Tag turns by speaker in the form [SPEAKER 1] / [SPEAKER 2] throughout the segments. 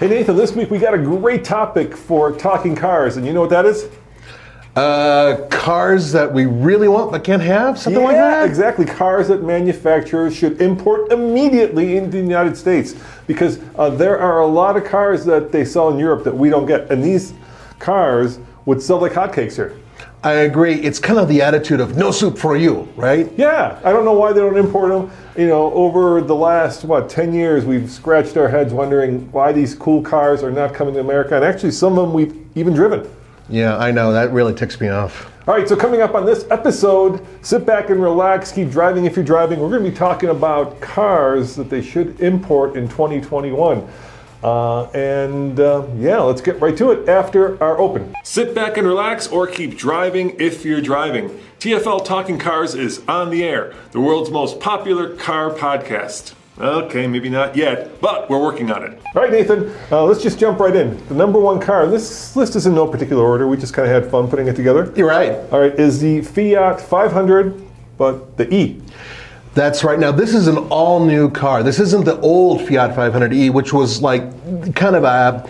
[SPEAKER 1] Hey Nathan, this week we got a great topic for talking cars, and you know what that is?
[SPEAKER 2] Uh, cars that we really want but can't have, something like that.
[SPEAKER 1] exactly. Cars that manufacturers should import immediately into the United States because uh, there are a lot of cars that they sell in Europe that we don't get, and these cars would sell like hotcakes here.
[SPEAKER 2] I agree. It's kind of the attitude of no soup for you, right?
[SPEAKER 1] Yeah, I don't know why they don't import them. You know, over the last what ten years, we've scratched our heads wondering why these cool cars are not coming to America, and actually, some of them we've even driven.
[SPEAKER 2] Yeah, I know. That really ticks me off.
[SPEAKER 1] All right, so coming up on this episode, sit back and relax, keep driving if you're driving. We're going to be talking about cars that they should import in 2021. Uh, and uh, yeah, let's get right to it after our open. Sit back and relax or keep driving if you're driving. TFL Talking Cars is on the air, the world's most popular car podcast. Okay, maybe not yet, but we're working on it. All right, Nathan, uh, let's just jump right in. The number one car, this list is in no particular order, we just kind of had fun putting it together.
[SPEAKER 2] You're right.
[SPEAKER 1] All right, is the Fiat 500, but the E.
[SPEAKER 2] That's right. Now, this is an all new car. This isn't the old Fiat 500e, which was like kind of a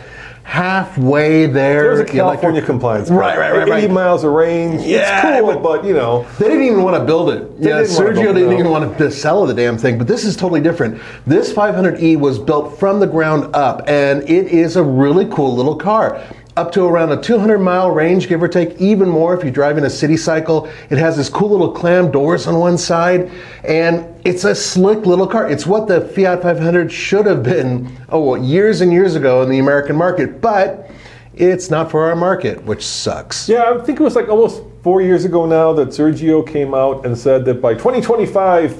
[SPEAKER 2] halfway there.
[SPEAKER 1] There's a
[SPEAKER 2] electric-
[SPEAKER 1] California compliance.
[SPEAKER 2] Right, right, right,
[SPEAKER 1] 80
[SPEAKER 2] right.
[SPEAKER 1] miles of range.
[SPEAKER 2] Yeah,
[SPEAKER 1] it's cool,
[SPEAKER 2] but-
[SPEAKER 1] but you know.
[SPEAKER 2] They didn't even want to build it. yeah,
[SPEAKER 1] didn't wanna
[SPEAKER 2] Sergio
[SPEAKER 1] build it,
[SPEAKER 2] didn't
[SPEAKER 1] no.
[SPEAKER 2] even want to sell the damn thing. But this is totally different. This 500e was built from the ground up, and it is a really cool little car. Up to around a 200 mile range, give or take, even more if you drive in a city cycle. It has this cool little clam doors on one side, and it's a slick little car. It's what the Fiat 500 should have been, oh, well, years and years ago in the American market, but it's not for our market, which sucks.
[SPEAKER 1] Yeah, I think it was like almost four years ago now that Sergio came out and said that by 2025,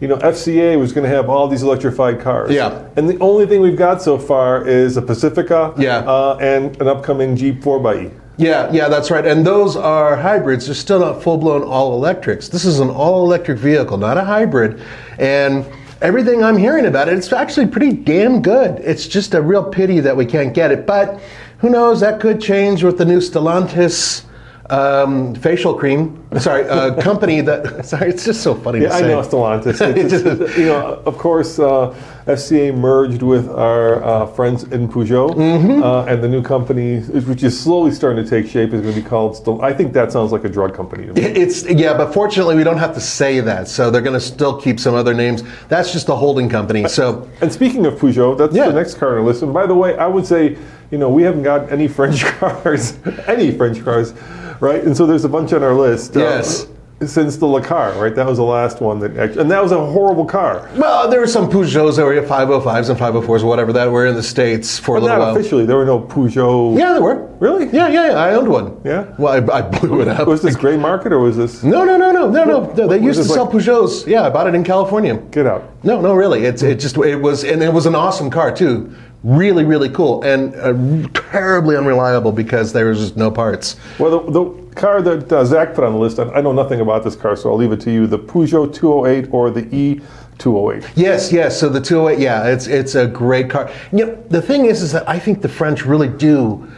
[SPEAKER 1] you know, FCA was going to have all these electrified cars.
[SPEAKER 2] Yeah.
[SPEAKER 1] And the only thing we've got so far is a Pacifica
[SPEAKER 2] Yeah.
[SPEAKER 1] uh, and an upcoming Jeep E. 4xE.
[SPEAKER 2] Yeah, yeah, that's right. And those are hybrids. They're still not full blown all electrics. This is an all electric vehicle, not a hybrid. And everything I'm hearing about it, it's actually pretty damn good. It's just a real pity that we can't get it. But who knows? That could change with the new Stellantis um, facial cream. Sorry, uh, company that. Sorry, it's just so funny
[SPEAKER 1] Yeah,
[SPEAKER 2] to
[SPEAKER 1] I
[SPEAKER 2] say.
[SPEAKER 1] know Stellantis. It's just, you know, of course, uh, FCA merged with our uh, friends in Peugeot,
[SPEAKER 2] Mm-hmm.
[SPEAKER 1] uh, and the new company, which is slowly starting to take shape, is going to be called. Stel- I think that sounds like a drug company. to me.
[SPEAKER 2] It's yeah, but fortunately we don't have to say that, so they're going to still keep some other names. That's just a holding company. So
[SPEAKER 1] And speaking of Peugeot, that's
[SPEAKER 2] Yeah.
[SPEAKER 1] the next car on our list. And by the way, I would say, you know, we haven't got any French cars, any French cars, right? And so there's a bunch on our list. uh,
[SPEAKER 2] Yes.
[SPEAKER 1] since the Le Car, right? That was the last one that, act- and that was a horrible car.
[SPEAKER 2] Well, there were some Peugeots that were 505s and 504s, whatever that were in the States for a
[SPEAKER 1] But
[SPEAKER 2] little
[SPEAKER 1] not
[SPEAKER 2] while.
[SPEAKER 1] officially. There were no Peugeot.
[SPEAKER 2] Yeah, there were.
[SPEAKER 1] Really?
[SPEAKER 2] Yeah, yeah, yeah. I owned one.
[SPEAKER 1] Yeah?
[SPEAKER 2] Well, I, I blew it up.
[SPEAKER 1] Was this gray market or was this?
[SPEAKER 2] no, no, no, no, no, no. no they
[SPEAKER 1] was
[SPEAKER 2] used to
[SPEAKER 1] this
[SPEAKER 2] sell
[SPEAKER 1] like-
[SPEAKER 2] Peugeots. Yeah, I bought it in California.
[SPEAKER 1] Get out.
[SPEAKER 2] No, no, really. It's it just it was and it was an awesome car too. Really, really cool and uh, terribly unreliable because there was just no parts.
[SPEAKER 1] Well, the, the car that uh, Zach put on the list, I, I know nothing about this car, so I'll leave it to you. The Peugeot 208 or the E E208.
[SPEAKER 2] Yes, yes. So the 208, yeah, it's it's a great car. You know, the thing is, is that I think the French really do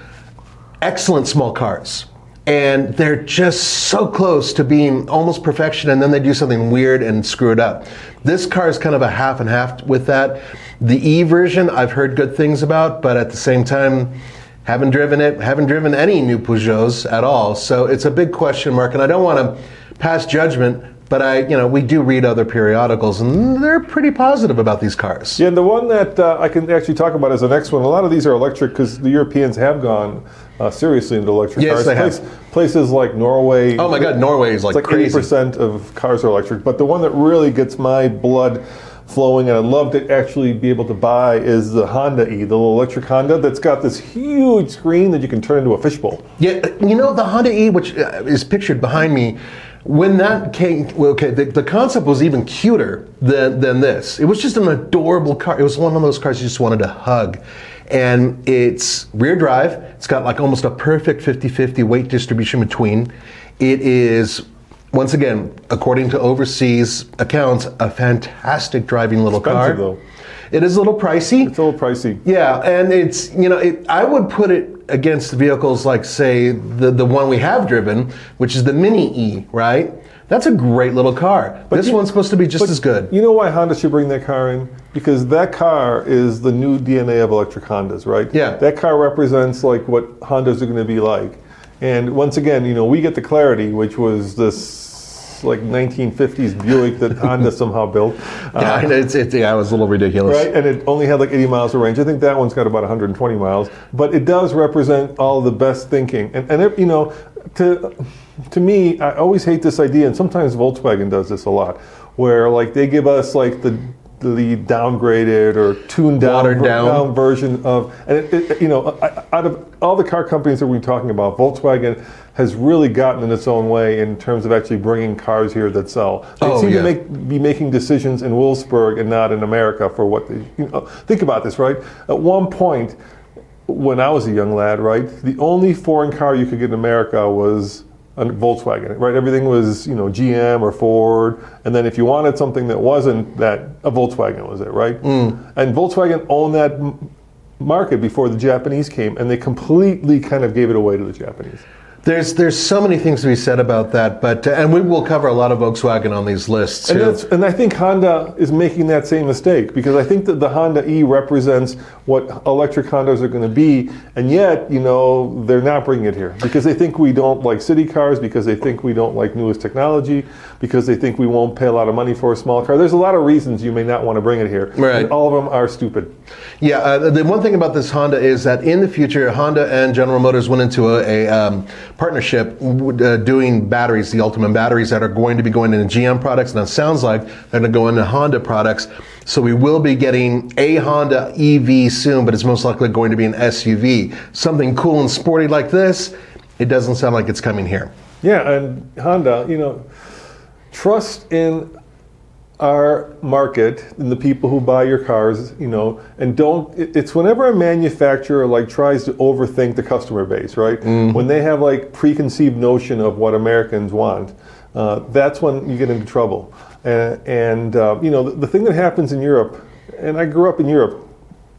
[SPEAKER 2] excellent small cars, and they're just so close to being almost perfection, and then they do something weird and screw it up. This car is kind of a half and half with that. The E version, I've heard good things about, but at the same time. Haven't driven it, haven't driven any new Peugeots at all, so it's a big question mark, and I don't want to pass judgment But I, you know, we do read other periodicals, and they're pretty positive about these cars.
[SPEAKER 1] Yeah, and the one that uh, I can actually talk about is the next one. A lot of these are electric because the Europeans have gone uh, seriously into electric
[SPEAKER 2] Yes,
[SPEAKER 1] cars.
[SPEAKER 2] they have.
[SPEAKER 1] Places like Norway.
[SPEAKER 2] Oh my God, Norway is, like,
[SPEAKER 1] it's like
[SPEAKER 2] crazy.
[SPEAKER 1] percent of cars are electric. But the one that really gets my blood flowing, and I'd love to actually be able to buy, is the Honda E, the little electric Honda that's got this huge screen that you can turn into a fishbowl.
[SPEAKER 2] Yeah, you know the Honda E, which uh, is pictured behind me. When that came, well, okay, the, the concept was even cuter than, than this. It was just an adorable car. It was one of those cars you just wanted to hug. And it's rear drive. It's got like almost a perfect 50 50 weight distribution between. It is, once again, according to overseas accounts, a fantastic driving little car.
[SPEAKER 1] Expensive, though.
[SPEAKER 2] It is a little pricey.
[SPEAKER 1] It's a little pricey.
[SPEAKER 2] Yeah, and it's you know it, I would put it against vehicles like say the the one we have driven, which is the Mini E, right? That's a great little car. this
[SPEAKER 1] you-
[SPEAKER 2] one's supposed to be just
[SPEAKER 1] But
[SPEAKER 2] as good.
[SPEAKER 1] You know why Honda should bring that car in? Because that car is the new DNA of electric Hondas, right?
[SPEAKER 2] Yeah.
[SPEAKER 1] That car represents like what Hondas are going to be like. And once again, you know, we get the Clarity, which was this like 1950s Buick that Honda somehow built. Uh,
[SPEAKER 2] yeah, I know, it's, it's, yeah, it was a little ridiculous.
[SPEAKER 1] Right, and it only had like 80 miles of range. I think that one's got about 120 miles, but it does represent all the best thinking. And, and it, you know, to to me, I always hate this idea, and sometimes Volkswagen does this a lot, where like they give us like the the downgraded or tuned down,
[SPEAKER 2] Watered
[SPEAKER 1] ver-
[SPEAKER 2] down.
[SPEAKER 1] down version of, and it, it, you know, I- I- out of all the car companies that we're talking about, Volkswagen has really gotten in its own way in terms of actually bringing cars here that sell. They
[SPEAKER 2] Oh,
[SPEAKER 1] seem to
[SPEAKER 2] yeah.
[SPEAKER 1] make be making decisions in Wolfsburg and not in America for what they, you know, think about this, right? At one point, when I was a young lad, right, the only foreign car you could get in America was a Volkswagen, right? Everything was, you know, GM or Ford, and then if you wanted something that wasn't that, a Volkswagen was it, right? And Volkswagen owned that m- market before the Japanese came, and they completely kind of gave it away to the Japanese.
[SPEAKER 2] There's there's so many things to be said about that, but uh, and we will cover a lot of Volkswagen on these lists
[SPEAKER 1] And,
[SPEAKER 2] too.
[SPEAKER 1] that's, and I think Honda is making that same mistake because I think that the Honda E represents what electric Hondas are going to be, and yet you know they're not bringing it here because they think we don't like city cars, because they think we don't like newest technology, because they think we won't pay a lot of money for a small car. There's a lot of reasons you may not want to bring it here,
[SPEAKER 2] Right.
[SPEAKER 1] and all of them are stupid.
[SPEAKER 2] Yeah, uh, the one thing about this Honda is that in the future, Honda and General Motors went into a, a um, partnership w- uh, doing batteries, the Ultimate batteries that are going to be going into GM products. Now, it sounds like they're going to go into Honda products. So we will be getting a Honda EV soon, but it's most likely going to be an SUV. Something cool and sporty like this, it doesn't sound like it's coming here.
[SPEAKER 1] Yeah, and Honda, you know, trust in our market and the people who buy your cars, you know, and don't. it- It's whenever a manufacturer like tries to overthink the customer base, right? When they have like preconceived notion of what Americans want, uh, that's when you get into trouble. And, and uh, you know, the, the thing that happens in Europe, and I grew up in Europe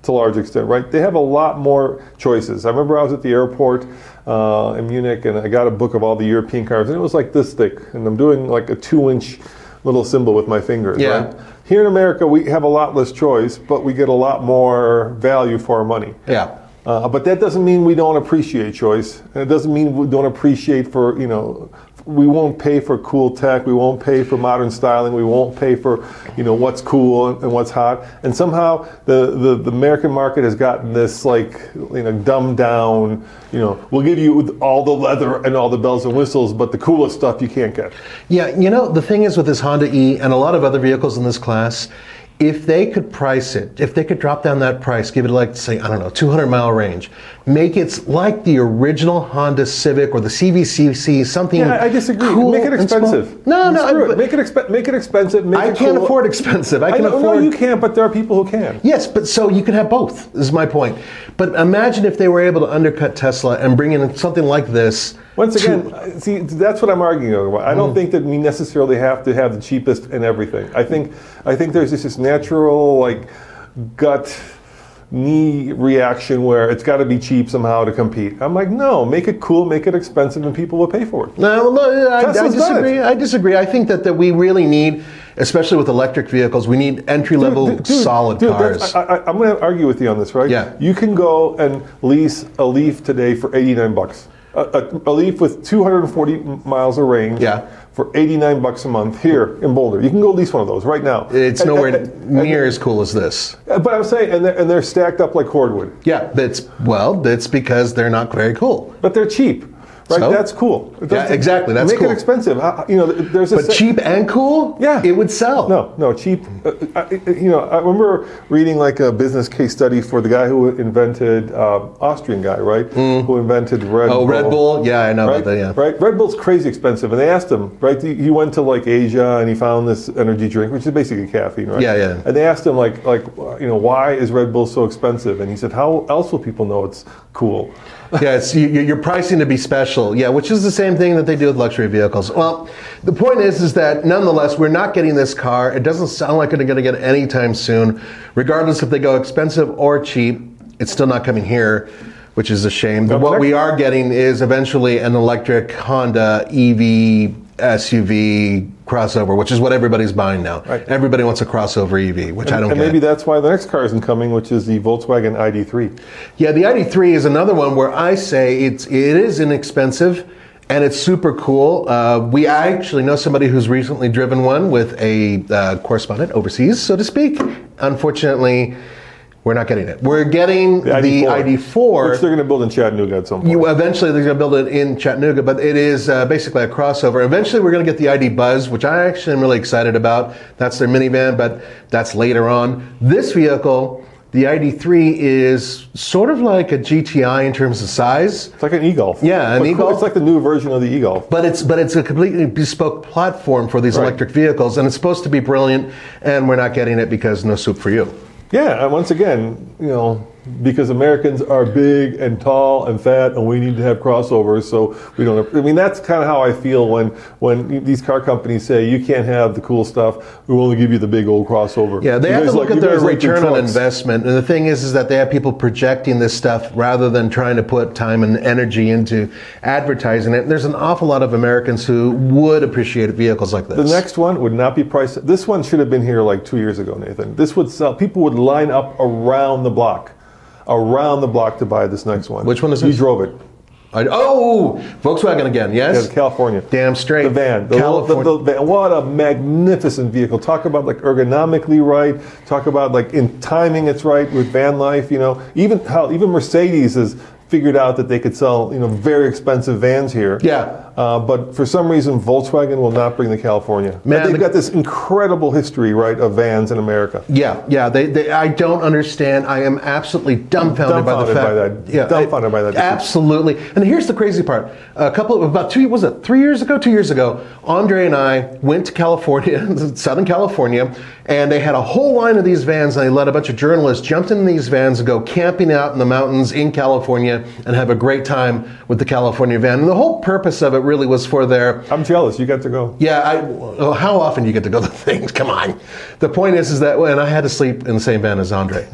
[SPEAKER 1] to a large extent, right? They have a lot more choices. I remember I was at the airport uh, in Munich and I got a book of all the European cars, and it was like this thick. And I'm doing like a two inch little symbol with my fingers.
[SPEAKER 2] Yeah.
[SPEAKER 1] Right? Here in America, we have a lot less choice, but we get a lot more value for our money.
[SPEAKER 2] Yeah.
[SPEAKER 1] Uh, but that doesn't mean we don't appreciate choice, and it doesn't mean we don't appreciate for you know, we won't pay for cool tech, we won't pay for modern styling, we won't pay for you know what's cool and, and what's hot. And somehow the, the the American market has gotten this like you know dumbed down. You know, we'll give you all the leather and all the bells and whistles, but the coolest stuff you can't get.
[SPEAKER 2] Yeah, you know, the thing is with this Honda E and a lot of other vehicles in this class, if they could price it, if they could drop down that price, give it like, say, I don't know, 200 mile range, make it like the original Honda Civic or the CVCC, something.
[SPEAKER 1] Yeah, I disagree.
[SPEAKER 2] cool
[SPEAKER 1] make it
[SPEAKER 2] and small.
[SPEAKER 1] expensive.
[SPEAKER 2] No, no,
[SPEAKER 1] Screw
[SPEAKER 2] I,
[SPEAKER 1] it. make it exp- make it expensive. Make
[SPEAKER 2] I
[SPEAKER 1] it
[SPEAKER 2] can't
[SPEAKER 1] cool.
[SPEAKER 2] afford expensive. I
[SPEAKER 1] I
[SPEAKER 2] can
[SPEAKER 1] know,
[SPEAKER 2] afford.
[SPEAKER 1] no, you can't, but there are people who can.
[SPEAKER 2] Yes, but so you can have both, is my point. But imagine if they were able to undercut Tesla and bring in something like this.
[SPEAKER 1] Once
[SPEAKER 2] to-
[SPEAKER 1] again, I- see, that's what I'm arguing about. I
[SPEAKER 2] Mm.
[SPEAKER 1] don't think that we necessarily have to have the cheapest in everything. I think, I think there's just this natural like gut knee reaction where it's got to be cheap somehow to compete. I'm like, no, make it cool, make it expensive, and people will pay for it.
[SPEAKER 2] No, no, I, I
[SPEAKER 1] Tesla's done
[SPEAKER 2] disagree.
[SPEAKER 1] it.
[SPEAKER 2] I disagree. I think that, that we really need, especially with electric vehicles, we need entry level
[SPEAKER 1] Dude, dude,
[SPEAKER 2] solid
[SPEAKER 1] dude, that's-
[SPEAKER 2] cars.
[SPEAKER 1] I, I, I'm going to argue with you on this, right?
[SPEAKER 2] Yeah.
[SPEAKER 1] You can go and lease a Leaf today for 89 bucks. a, a, a Leaf with 240 miles of range
[SPEAKER 2] Yeah.
[SPEAKER 1] for 89 bucks a month here in Boulder. You can go lease one of those right now.
[SPEAKER 2] It's
[SPEAKER 1] And-
[SPEAKER 2] nowhere
[SPEAKER 1] and- and-
[SPEAKER 2] near as cool as this.
[SPEAKER 1] Uh, But I'm saying, and they're, and they're stacked up like cordwood,
[SPEAKER 2] Yeah, that's well, that's because they're not very cool.
[SPEAKER 1] but they're cheap, right?
[SPEAKER 2] So?
[SPEAKER 1] That's cool. It
[SPEAKER 2] Yeah,
[SPEAKER 1] doesn't-
[SPEAKER 2] exactly, that's
[SPEAKER 1] make
[SPEAKER 2] cool.
[SPEAKER 1] it expensive. Uh, You know, there's a
[SPEAKER 2] But
[SPEAKER 1] se-
[SPEAKER 2] cheap and cool,
[SPEAKER 1] Yeah.
[SPEAKER 2] it would sell.
[SPEAKER 1] No, no, cheap. Uh, I, I- you know, I remember reading like a business case study for the guy who invented um, Austrian guy, right? Who invented Red
[SPEAKER 2] Hmm. Oh,
[SPEAKER 1] Bull.
[SPEAKER 2] Red Bull. Yeah, I know
[SPEAKER 1] Right,
[SPEAKER 2] about that. Yeah.
[SPEAKER 1] right. Red Bull's crazy expensive, and they asked him, right? He he went to like Asia and he found this energy drink, which is basically caffeine, right?
[SPEAKER 2] Yeah, yeah.
[SPEAKER 1] And they asked him like, like, you know, why is Red Bull so expensive? And he said, how else will people know it's cool?
[SPEAKER 2] yeah, it's, you, you- you're pricing to be special. Yeah, which is the same thing that they do with luxury vehicles. Well, the point is, is that nonetheless, we're not getting this car. It doesn't sound like it's going to get it anytime soon. Regardless if they go expensive or cheap, it's still not coming here, which is a shame. But what we are getting is eventually an electric Honda E EV SUV crossover, which is what everybody's buying now.
[SPEAKER 1] Right.
[SPEAKER 2] Everybody wants a crossover EV, which I don't
[SPEAKER 1] and
[SPEAKER 2] get.
[SPEAKER 1] maybe that's why the next car isn't coming, which is the Volkswagen ID3.
[SPEAKER 2] Yeah, the ID3 is another one where I say it's it is inexpensive and it's super cool. Uh, we I actually know somebody who's recently driven one with a uh, correspondent overseas, so to speak. Unfortunately, we're not getting it. We're getting the ID4.
[SPEAKER 1] which they're going to build in Chattanooga at some point.
[SPEAKER 2] You, eventually, they're going to build it in Chattanooga, but it is uh, basically a crossover. Eventually, we're going to get the ID Buzz, which I actually am really excited about. That's their minivan, but that's later on. This vehicle, the ID3, is sort of like a GTI in terms of size.
[SPEAKER 1] It's like an e-golf.
[SPEAKER 2] Yeah, an
[SPEAKER 1] But cool,
[SPEAKER 2] e-Golf.
[SPEAKER 1] It's like the new version of the e-golf.
[SPEAKER 2] But it's but it's a completely bespoke platform for these
[SPEAKER 1] Right.
[SPEAKER 2] electric vehicles, and it's supposed to be brilliant. And we're not getting it because no soup for you.
[SPEAKER 1] Yeah, and once again, you know, because Americans are big and tall and fat, and we need to have crossovers, so we don't. I mean, that's kind of how I feel when when these car companies say you can't have the cool stuff. We will only give you the big old crossover.
[SPEAKER 2] Yeah, they
[SPEAKER 1] You
[SPEAKER 2] have to
[SPEAKER 1] guys like-
[SPEAKER 2] look at
[SPEAKER 1] you
[SPEAKER 2] their
[SPEAKER 1] guys like the
[SPEAKER 2] return on
[SPEAKER 1] trucks.
[SPEAKER 2] investment. And the thing is, is that they have people projecting this stuff rather than trying to put time and energy into advertising it. And there's an awful lot of Americans who would appreciate vehicles like this.
[SPEAKER 1] The next one would not be priced. This one should have been here like two years ago, Nathan. This would sell. People would line up around the block, around the block to buy this next one.
[SPEAKER 2] Which one is
[SPEAKER 1] you
[SPEAKER 2] this?
[SPEAKER 1] drove it?
[SPEAKER 2] I, oh, Volkswagen again,
[SPEAKER 1] Yeah,
[SPEAKER 2] yes?
[SPEAKER 1] the California.
[SPEAKER 2] Damn straight.
[SPEAKER 1] The van. The,
[SPEAKER 2] California.
[SPEAKER 1] the- the van. What a magnificent vehicle. Talk about like ergonomically right. Talk about like in timing it's right with van life, you know. Even how even Mercedes has figured out that they could sell, you know, very expensive vans here.
[SPEAKER 2] Yeah.
[SPEAKER 1] Uh, but for some reason Volkswagen will not bring the California. But
[SPEAKER 2] Man,
[SPEAKER 1] they've
[SPEAKER 2] the-
[SPEAKER 1] got this incredible history, right, of vans in America.
[SPEAKER 2] yeah, yeah. They, they, I don't understand. I am absolutely dumbfounded, by the
[SPEAKER 1] Dumbfounded
[SPEAKER 2] fact.
[SPEAKER 1] by that. Dumbfounded by that decision.
[SPEAKER 2] Absolutely. And here's the crazy part. A couple, about two, was it three years ago? Two years ago, Andre and I went to California, Southern California, and they had a whole line of these vans, and they let a bunch of journalists jump in these vans and go camping out in the mountains in California and have a great time with the California van. And the whole purpose of it really was for their
[SPEAKER 1] I'm jealous, you got to go.
[SPEAKER 2] yeah, I, well, how often do you get to go to things? Come on. The point is, is that, and I had to sleep in the same van as Andre.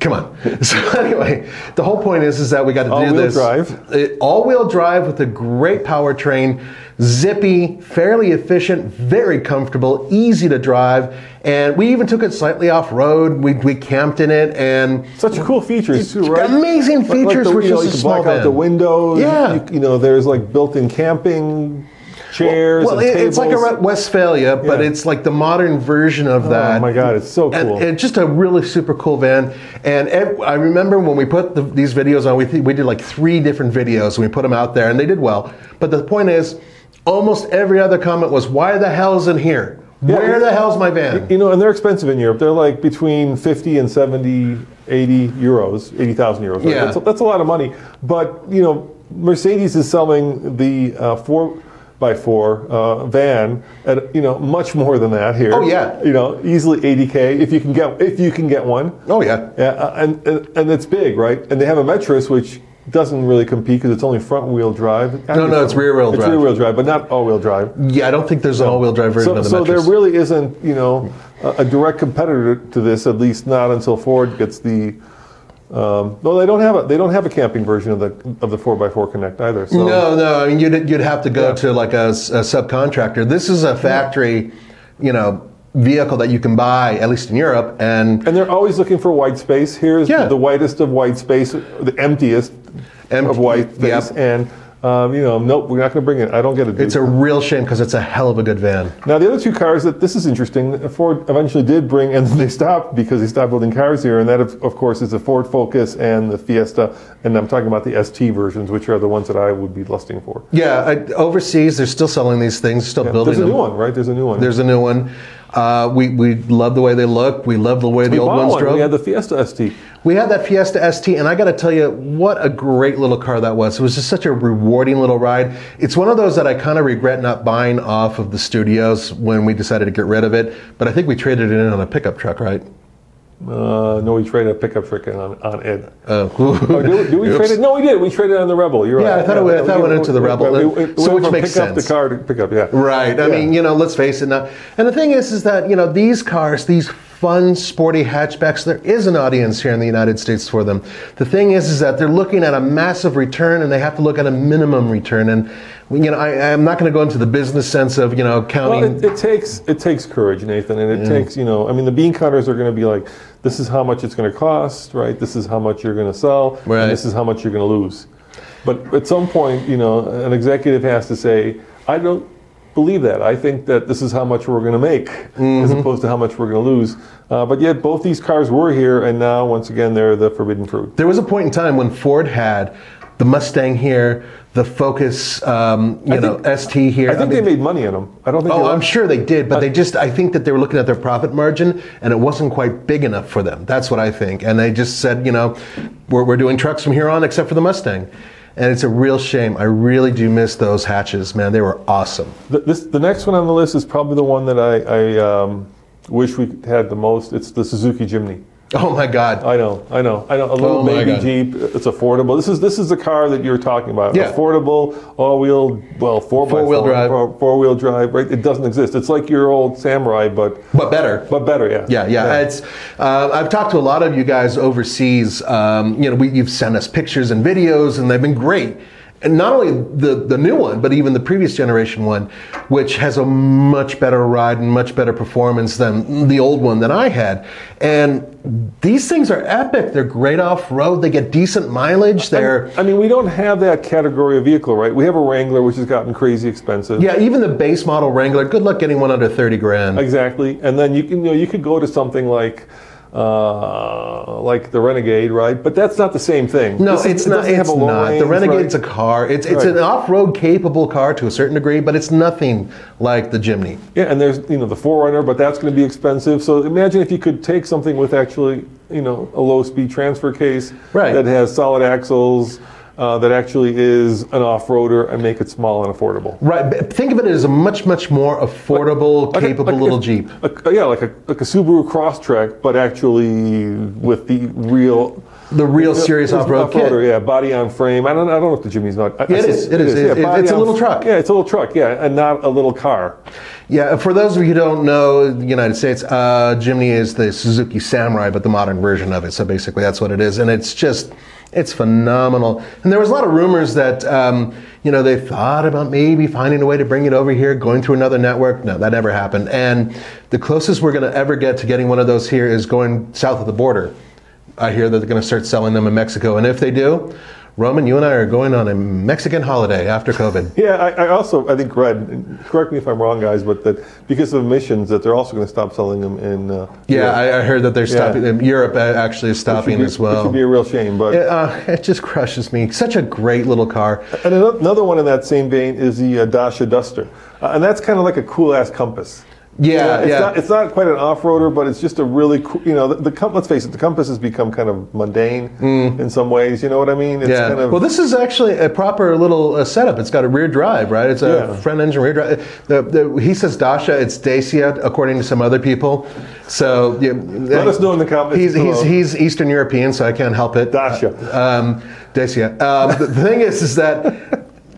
[SPEAKER 2] Come on. So anyway, the whole point is, is that we got to do
[SPEAKER 1] All-wheel
[SPEAKER 2] this.
[SPEAKER 1] drive.
[SPEAKER 2] It- all-wheel drive with a great powertrain, zippy, fairly efficient, very comfortable, easy to drive, and we even took it slightly off-road. We, we camped in it, and
[SPEAKER 1] Such cool features too,
[SPEAKER 2] It's
[SPEAKER 1] right?
[SPEAKER 2] got amazing
[SPEAKER 1] Like- like
[SPEAKER 2] features
[SPEAKER 1] the-
[SPEAKER 2] for
[SPEAKER 1] you know,
[SPEAKER 2] just
[SPEAKER 1] you
[SPEAKER 2] a
[SPEAKER 1] can
[SPEAKER 2] small
[SPEAKER 1] black out
[SPEAKER 2] van.
[SPEAKER 1] the windows.
[SPEAKER 2] Yeah.
[SPEAKER 1] you, you know, there's like built-in camping chairs
[SPEAKER 2] well,
[SPEAKER 1] and
[SPEAKER 2] it-
[SPEAKER 1] tables.
[SPEAKER 2] it's like a Westphalia, but
[SPEAKER 1] Yeah. Oh
[SPEAKER 2] it's like the modern version of that.
[SPEAKER 1] my God, it's so
[SPEAKER 2] And-
[SPEAKER 1] cool.
[SPEAKER 2] and just a really super cool van. And ev- I remember when we put the, these videos on, we, th- we did like three different videos and we put them out there, and they did well. But the point is, almost every other comment was, "Why the hell's in here? Where the hell's my van?"
[SPEAKER 1] You know, and they're expensive in Europe. They're like between 50 and 70, 80 euros, 80,000 euros. right?
[SPEAKER 2] Yeah.
[SPEAKER 1] That's, a, that's a lot of money. But, you know, Mercedes is selling the uh, 4 by 4 uh, van at, you know, much more than that here.
[SPEAKER 2] Oh, yeah.
[SPEAKER 1] You know, easily 80K if you can get, if you can get one.
[SPEAKER 2] oh yeah.
[SPEAKER 1] Yeah, uh, and, and and it's big, right? And they have a Metris, which doesn't really compete because it's only front wheel drive.
[SPEAKER 2] No, no, it's rear-wheel
[SPEAKER 1] It's
[SPEAKER 2] drive.
[SPEAKER 1] rear wheel drive, but not all wheel drive.
[SPEAKER 2] Yeah, I don't think there's an all-wheel drive version
[SPEAKER 1] So,
[SPEAKER 2] of the
[SPEAKER 1] so there
[SPEAKER 2] Metris.
[SPEAKER 1] really isn't, you know, a, a direct competitor to this. At least not until Ford gets the. Um, well, they don't have a they don't have a camping version of the of the four x four Connect either. So
[SPEAKER 2] No, no. I mean, you'd you'd have to go to like a, s- a subcontractor. This is a factory, you know, vehicle that you can buy at least in Europe, and
[SPEAKER 1] And they're always looking for white space. Here's
[SPEAKER 2] Yeah.
[SPEAKER 1] the whitest of white space, the emptiest
[SPEAKER 2] Empty,
[SPEAKER 1] of white space,
[SPEAKER 2] yep.
[SPEAKER 1] and Um, you know, nope, we're not going to bring it. I don't get it. dude.
[SPEAKER 2] It's a real shame because it's a hell of a good van.
[SPEAKER 1] Now, the other two cars that this is interesting, that Ford eventually did bring, and they stopped because they stopped building cars here, and that, of, of course, is the Ford Focus and the Fiesta, and I'm talking about the ST versions, which are the ones that I would be lusting for.
[SPEAKER 2] Yeah, I, overseas they're still selling these things, they're still building
[SPEAKER 1] There's a
[SPEAKER 2] them.
[SPEAKER 1] new one, right? There's a new one.
[SPEAKER 2] There's a new one. Uh, we we love the way they look. We love the way the
[SPEAKER 1] we
[SPEAKER 2] old
[SPEAKER 1] bought
[SPEAKER 2] ones
[SPEAKER 1] one.
[SPEAKER 2] drove.
[SPEAKER 1] We had the Fiesta ST.
[SPEAKER 2] We had that Fiesta ST, and I got to tell you, what a great little car that was. It was just such a rewarding little ride. It's one of those that I kind of regret not buying off of the studios when we decided to get rid of it. But I think we traded it in on a pickup truck, right?
[SPEAKER 1] Uh, no, we traded a pickup trick in on, on it.
[SPEAKER 2] Uh,
[SPEAKER 1] Oh, do, we- do we
[SPEAKER 2] oops.
[SPEAKER 1] trade it? No, we did. We traded on the Rebel. You're
[SPEAKER 2] Yeah,
[SPEAKER 1] right.
[SPEAKER 2] I thought it went- I thought it went into the Rebel.
[SPEAKER 1] We, we,
[SPEAKER 2] So
[SPEAKER 1] went
[SPEAKER 2] which
[SPEAKER 1] from
[SPEAKER 2] makes
[SPEAKER 1] pickup
[SPEAKER 2] sense.
[SPEAKER 1] to car to pickup. Yeah.
[SPEAKER 2] Right. I
[SPEAKER 1] Yeah.
[SPEAKER 2] mean, you know, let's face it now. And the thing is, is that, you know, these cars, these fun, sporty hatchbacks, there is an audience here in the United States for them. The thing is, is that they're looking at a massive return and they have to look at a minimum return. And, you know, I, I'm not going to go into the business sense of, you know, counting.
[SPEAKER 1] Well, it, it takes it takes courage, Nathan, and it takes you know. I mean, the bean cutters are going to be like, this is how much it's going to cost, right? This is how much you're going to sell,
[SPEAKER 2] Right.
[SPEAKER 1] and this is how much you're going to lose. But at some point, you know, an executive has to say, I don't believe that. I think that this is how much we're going to make,
[SPEAKER 2] Mm-hmm.
[SPEAKER 1] as opposed to how much we're going to lose. Uh, but yet, both these cars were here, and now once again, they're the forbidden fruit.
[SPEAKER 2] there was a point in time when Ford had the Mustang here, the Focus, um, you know, ST here.
[SPEAKER 1] I think
[SPEAKER 2] mean,
[SPEAKER 1] they made money on them. I don't think.
[SPEAKER 2] Oh,
[SPEAKER 1] they
[SPEAKER 2] I'm sure they did, but they just, I think that they were looking at their profit margin and it wasn't quite big enough for them. That's what I think. And they just said, you know, we're, we're doing trucks from here on except for the Mustang. And it's a real shame. I really do miss those hatches, man. They were awesome.
[SPEAKER 1] The, this, the next one on the list is probably the one that I, I um, wish we had the most. It's the Suzuki Jimny.
[SPEAKER 2] Oh my God.
[SPEAKER 1] I know, I know, I know. A little
[SPEAKER 2] Oh my
[SPEAKER 1] baby
[SPEAKER 2] God.
[SPEAKER 1] Jeep. It's affordable. This is this is the car that you're talking about.
[SPEAKER 2] Yeah.
[SPEAKER 1] Affordable, all-wheel, well, four
[SPEAKER 2] Four-wheel drive.
[SPEAKER 1] four-wheel drive. Right? It doesn't exist. It's like your old Samurai, but
[SPEAKER 2] But better.
[SPEAKER 1] but better. Yeah.
[SPEAKER 2] Yeah, yeah. It's. Uh, I've talked to a lot of you guys overseas. Um, you know, we, you've sent us pictures and videos, and they've been great. And not only the the new one, but even the previous generation one, which has a much better ride and much better performance than the old one that I had. And these things are epic. They're great off road. They get decent mileage. They're
[SPEAKER 1] I mean, we don't have that category of vehicle, right? We have a Wrangler, which has gotten crazy expensive.
[SPEAKER 2] yeah, even the base model Wrangler. Good luck getting one under thirty grand.
[SPEAKER 1] Exactly, and then you can you know you could go to something like. Uh, like the Renegade, right? But that's not the same thing.
[SPEAKER 2] No,
[SPEAKER 1] This is-
[SPEAKER 2] it's
[SPEAKER 1] it
[SPEAKER 2] not.
[SPEAKER 1] doesn't have
[SPEAKER 2] It's
[SPEAKER 1] a low
[SPEAKER 2] not.
[SPEAKER 1] range,
[SPEAKER 2] The Renegade's
[SPEAKER 1] right?
[SPEAKER 2] a car. It's it's
[SPEAKER 1] Right.
[SPEAKER 2] an off-road capable car to a certain degree, but it's nothing like the Jimny.
[SPEAKER 1] yeah, and there's you know the Forerunner, but that's going to be expensive. So imagine if you could take something with actually you know a low-speed transfer case
[SPEAKER 2] Right.
[SPEAKER 1] that has solid axles, uh, that actually is an off-roader, and make it small and affordable.
[SPEAKER 2] Right. but Think of it as a much much more affordable,
[SPEAKER 1] Like a-
[SPEAKER 2] capable
[SPEAKER 1] like a-
[SPEAKER 2] little Jeep.
[SPEAKER 1] a- yeah, like a like a Subaru Crosstrek, but actually with the real
[SPEAKER 2] The real serious
[SPEAKER 1] It's
[SPEAKER 2] off-road kit.
[SPEAKER 1] off-roader, Yeah, body on frame. I don't, I don't know if the Jimmy's not. I, I
[SPEAKER 2] It
[SPEAKER 1] sus-
[SPEAKER 2] is, it is. It-
[SPEAKER 1] body
[SPEAKER 2] it's a
[SPEAKER 1] on-
[SPEAKER 2] little truck.
[SPEAKER 1] Yeah, it's a little truck. Yeah, and not a little car.
[SPEAKER 2] Yeah. For those of you who don't know, the United States uh, Jimny is the Suzuki Samurai, but the modern version of it. So basically, that's what it is, and it's just. It's phenomenal, and there was a lot of rumors that um, you know they thought about maybe finding a way to bring it over here, going through another network. No, that never happened. And the closest we're going to ever get to getting one of those here is going south of the border. I hear that they're going to start selling them in Mexico, and if they do, Roman, you and I are going on a Mexican holiday after COVID.
[SPEAKER 1] Yeah, I, I also I think read. and Correct me if I'm wrong, guys, but that because of emissions, that they're also going to stop selling them in. Uh,
[SPEAKER 2] Yeah,
[SPEAKER 1] Europe.
[SPEAKER 2] I, I heard that they're stopping. Europe uh, actually is
[SPEAKER 1] Which would
[SPEAKER 2] stopping
[SPEAKER 1] be-
[SPEAKER 2] as
[SPEAKER 1] Which
[SPEAKER 2] well.
[SPEAKER 1] would be a real shame, but.
[SPEAKER 2] uh, it just crushes me. Such a great little car.
[SPEAKER 1] And ano- another one in that same vein is the uh, Dasha Duster, uh, and that's kind of like a cool ass compass.
[SPEAKER 2] Yeah,
[SPEAKER 1] it's
[SPEAKER 2] yeah.
[SPEAKER 1] Not, it's not quite an off-roader, but it's just a really cool. You know, the, the com- let's face it, the compass has become kind of mundane in some ways. You know what I mean? It's
[SPEAKER 2] Hmm. Yeah.
[SPEAKER 1] Kind of,
[SPEAKER 2] well, this is actually a proper little uh, setup. It's got a rear drive, right? It's a
[SPEAKER 1] Yeah.
[SPEAKER 2] front engine rear drive. The, the, he says Dasha, it's Dacia, according to some other people. So yeah,
[SPEAKER 1] Let us know in the comments
[SPEAKER 2] He's, he's,
[SPEAKER 1] below.
[SPEAKER 2] he's Eastern European, so I can't help it.
[SPEAKER 1] Dacia.
[SPEAKER 2] Um, Dacia. Um, the thing is, is that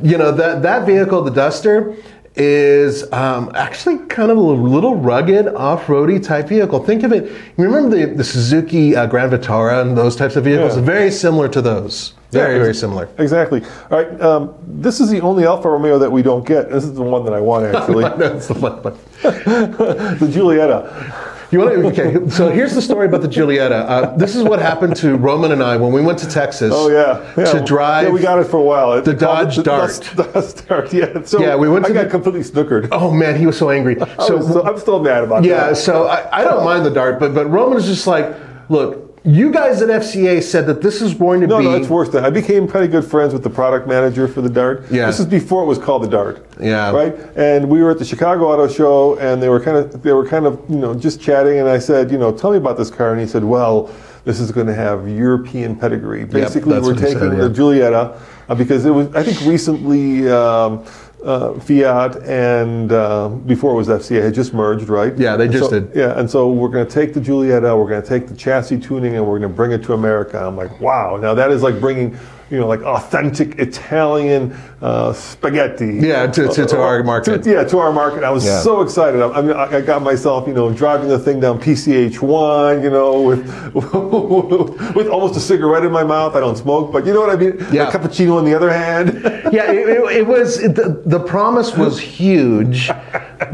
[SPEAKER 2] you know that that vehicle, the Duster, is um, actually kind of a little rugged, off-roady type vehicle. Think of it. You remember the, the Suzuki uh, Grand Vitara and those types of vehicles?
[SPEAKER 1] Yeah.
[SPEAKER 2] Very similar to those. Very,
[SPEAKER 1] Yeah.
[SPEAKER 2] very similar.
[SPEAKER 1] Exactly. All right. Um, this is the only Alfa Romeo that we don't get. This is the one that I want, actually.
[SPEAKER 2] That's the fun part.
[SPEAKER 1] the Giulietta.
[SPEAKER 2] You want to, okay, so here's the story about the Giulietta. Uh, this is what happened to Roman and I when we went to Texas.
[SPEAKER 1] Oh yeah, yeah.
[SPEAKER 2] To drive.
[SPEAKER 1] Yeah, we got it for a while. It-
[SPEAKER 2] the
[SPEAKER 1] they called
[SPEAKER 2] Dodge
[SPEAKER 1] it the
[SPEAKER 2] Dart.
[SPEAKER 1] Dust- Dodge Dart. Yeah. So
[SPEAKER 2] Yeah, we went
[SPEAKER 1] I
[SPEAKER 2] to
[SPEAKER 1] got
[SPEAKER 2] the-
[SPEAKER 1] completely snookered.
[SPEAKER 2] Oh man, he was so angry.
[SPEAKER 1] I was still- I'm still mad about
[SPEAKER 2] Yeah,
[SPEAKER 1] that.
[SPEAKER 2] so I, I don't mind the dart, but but Roman is just like, look, you guys at FCA said that this is going to
[SPEAKER 1] No,
[SPEAKER 2] be
[SPEAKER 1] no, it's worse than I became pretty good friends with the product manager for the Dart.
[SPEAKER 2] Yeah.
[SPEAKER 1] This is before it was called the Dart.
[SPEAKER 2] Yeah.
[SPEAKER 1] Right? And we were at the Chicago Auto Show and they were kind of they were kind of, you know, just chatting and I said, you know, tell me about this car and he said, Well, this is going to have European pedigree. Basically,
[SPEAKER 2] that's
[SPEAKER 1] we're
[SPEAKER 2] what he
[SPEAKER 1] taking
[SPEAKER 2] said, yeah.
[SPEAKER 1] the Giulietta uh, because it was I think recently um, uh, Fiat and uh, before it was FCA had just merged, right?
[SPEAKER 2] Yeah, they
[SPEAKER 1] And
[SPEAKER 2] just
[SPEAKER 1] so-
[SPEAKER 2] did.
[SPEAKER 1] yeah, and so we're going to take the Giulietta, we're going to take the chassis tuning, and we're going to bring it to America. I'm like, wow. Now that is like bringing, you know, like authentic Italian uh, spaghetti. Uh,
[SPEAKER 2] Yeah, to- to- to our market.
[SPEAKER 1] To- yeah, to our market. I was
[SPEAKER 2] Yeah.
[SPEAKER 1] so excited. I, I mean, I, I got myself, you know, driving the thing down PCH1, you know, with with almost a cigarette in my mouth. I don't smoke, but you know what I mean.
[SPEAKER 2] Yeah.
[SPEAKER 1] A cappuccino in the other hand.
[SPEAKER 2] yeah, it, it, it was it, the, the promise was huge,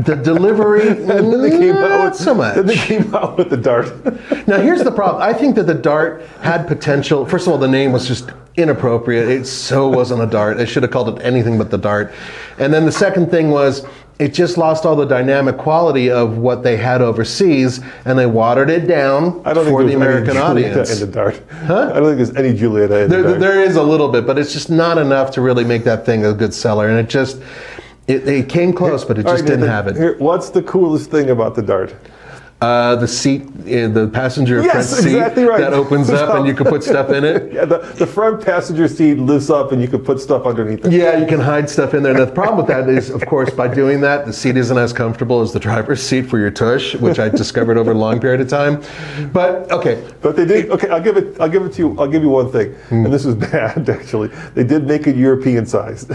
[SPEAKER 2] the delivery
[SPEAKER 1] and then they came out
[SPEAKER 2] not
[SPEAKER 1] with
[SPEAKER 2] so much.
[SPEAKER 1] Then they came out with the dart.
[SPEAKER 2] Now here's the problem. I think that the dart had potential. First of all, the name was just inappropriate. It so wasn't a dart. They should have called it anything but the dart. And then the second thing was it just lost all the dynamic quality of what they had overseas, and they watered it down
[SPEAKER 1] I don't
[SPEAKER 2] for
[SPEAKER 1] think there's
[SPEAKER 2] the American
[SPEAKER 1] any Julieta
[SPEAKER 2] audience.
[SPEAKER 1] in the dark. I don't think there's any Julieta in
[SPEAKER 2] There,
[SPEAKER 1] the dark.
[SPEAKER 2] there is a little bit, but it's just not enough to really make that thing a good seller. And it just it, it came close, but it
[SPEAKER 1] All
[SPEAKER 2] just
[SPEAKER 1] right,
[SPEAKER 2] didn't
[SPEAKER 1] Nathan,
[SPEAKER 2] have it.
[SPEAKER 1] here, what's the coolest thing about the dart?
[SPEAKER 2] Uh, the seat, uh, the passenger
[SPEAKER 1] Yes,
[SPEAKER 2] front seat
[SPEAKER 1] exactly right.
[SPEAKER 2] that opens up, and you can put stuff in it.
[SPEAKER 1] Yeah, the, the front passenger seat lifts up and you can put stuff underneath it.
[SPEAKER 2] Yeah, you can hide stuff in there. And the problem with that is, of course, by doing that, the seat isn't as comfortable as the driver's seat for your tush, which I discovered over a long period of time. But okay,
[SPEAKER 1] But they did. Okay, I'll give it. I'll give it to you. I'll give you one thing,
[SPEAKER 2] Hmm.
[SPEAKER 1] and this is bad actually. They did make it European sized.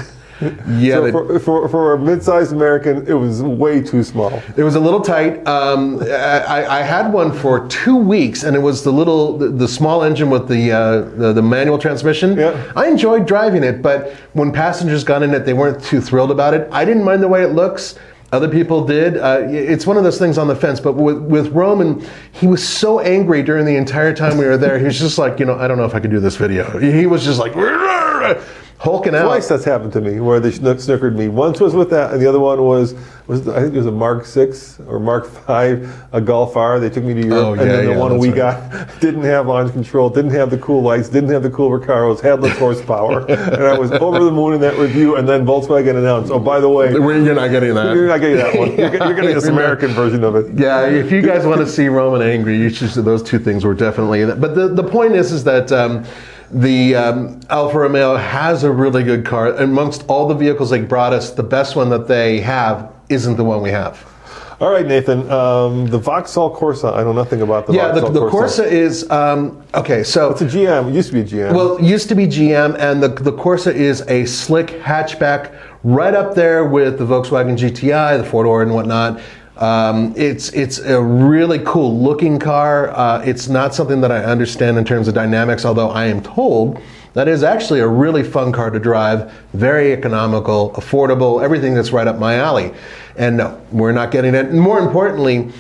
[SPEAKER 2] Yeah,
[SPEAKER 1] so
[SPEAKER 2] they-
[SPEAKER 1] for, for, for a mid-sized American, it was way too small.
[SPEAKER 2] it was a little tight. Um, I, I had one for two weeks, and it was the little, the, the small engine with the, uh, the the manual transmission.
[SPEAKER 1] Yeah.
[SPEAKER 2] I enjoyed driving it, but when passengers got in it, they weren't too thrilled about it. I didn't mind the way it looks. Other people did. Uh, y- it's one of those things on the fence. But with, with Roman, he was so angry during the entire time we were there. He was just like, you know, I don't know if I can do this video. He was just like, hulking out.
[SPEAKER 1] Twice that's happened to me, where they snook- snookered me. Once was with that, and the other one was was I think it was a Mark Six or Mark Five, a Golf R. They took me to Europe,
[SPEAKER 2] Oh,
[SPEAKER 1] and
[SPEAKER 2] yeah,
[SPEAKER 1] then the
[SPEAKER 2] yeah,
[SPEAKER 1] one
[SPEAKER 2] that's
[SPEAKER 1] we
[SPEAKER 2] right.
[SPEAKER 1] got didn't have launch control, didn't have the cool lights, didn't have the cool Recaros, had less horsepower, and I was over the moon in that review. And then Volkswagen announced, "Oh, by the way,
[SPEAKER 2] You're not getting that.
[SPEAKER 1] you're not getting that one. You're, get- you're getting this
[SPEAKER 2] Yeah.
[SPEAKER 1] American version of it."
[SPEAKER 2] Yeah, if you guys want to see Roman angry, you should. Those two things were definitely. But the, the point is, is that um, the um, Alfa Romeo has a really good car. Amongst all the vehicles they brought us, the best one that they have isn't the one we have.
[SPEAKER 1] All right, Nathan. Um, the Vauxhall Corsa. I know nothing about the
[SPEAKER 2] Yeah, the,
[SPEAKER 1] Vauxhall
[SPEAKER 2] the
[SPEAKER 1] Corsa.
[SPEAKER 2] Corsa is um, okay. So
[SPEAKER 1] It's a GM. It used to be a GM.
[SPEAKER 2] Well, it used to be GM, and the, the Corsa is a slick hatchback right up there with the Volkswagen GTI, the four door, and whatnot. Um, it's it's a really cool looking car. Uh, it's not something that I understand in terms of dynamics, although I am told that is actually a really fun car to drive, very economical, affordable, everything that's right up my alley. And no, we're not getting it. And more importantly,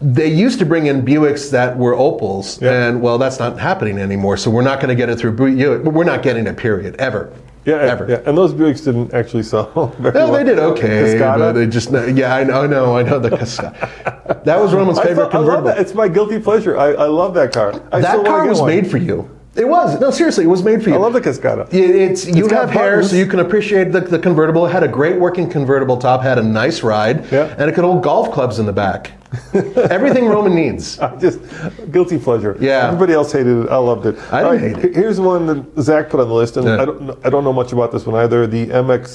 [SPEAKER 2] they used to bring in Buicks that were Opals,
[SPEAKER 1] Yeah.
[SPEAKER 2] and well, that's not happening anymore. So we're not going to get it through Buick. We're not getting it, period, ever.
[SPEAKER 1] Yeah, and-
[SPEAKER 2] ever.
[SPEAKER 1] yeah, and those Buicks didn't actually sell very
[SPEAKER 2] No,
[SPEAKER 1] well.
[SPEAKER 2] they did okay.
[SPEAKER 1] Cascada?
[SPEAKER 2] But they just, yeah, I know, I know, I know the Cascada. that was Roman's
[SPEAKER 1] I,
[SPEAKER 2] favorite
[SPEAKER 1] thought- I love
[SPEAKER 2] convertible.
[SPEAKER 1] that. It's my guilty pleasure. I, I love that car. I still
[SPEAKER 2] that
[SPEAKER 1] wanna
[SPEAKER 2] car
[SPEAKER 1] get
[SPEAKER 2] was
[SPEAKER 1] one.
[SPEAKER 2] made for you. It was. No, seriously, it was made for you.
[SPEAKER 1] I love the Cascada.
[SPEAKER 2] It- it's you
[SPEAKER 1] It's got
[SPEAKER 2] have hair,
[SPEAKER 1] buttons.
[SPEAKER 2] so you can appreciate the, the convertible. It had a great working convertible top, had a nice ride,
[SPEAKER 1] Yeah.
[SPEAKER 2] and it could hold golf clubs in the back. Everything Roman needs.
[SPEAKER 1] I just guilty pleasure.
[SPEAKER 2] Yeah.
[SPEAKER 1] Everybody else hated it. I loved it.
[SPEAKER 2] I didn't
[SPEAKER 1] All
[SPEAKER 2] hate it.
[SPEAKER 1] he- Here's one that Zach put on the list, and
[SPEAKER 2] Yeah.
[SPEAKER 1] I don't kn- I don't know much about this one either. The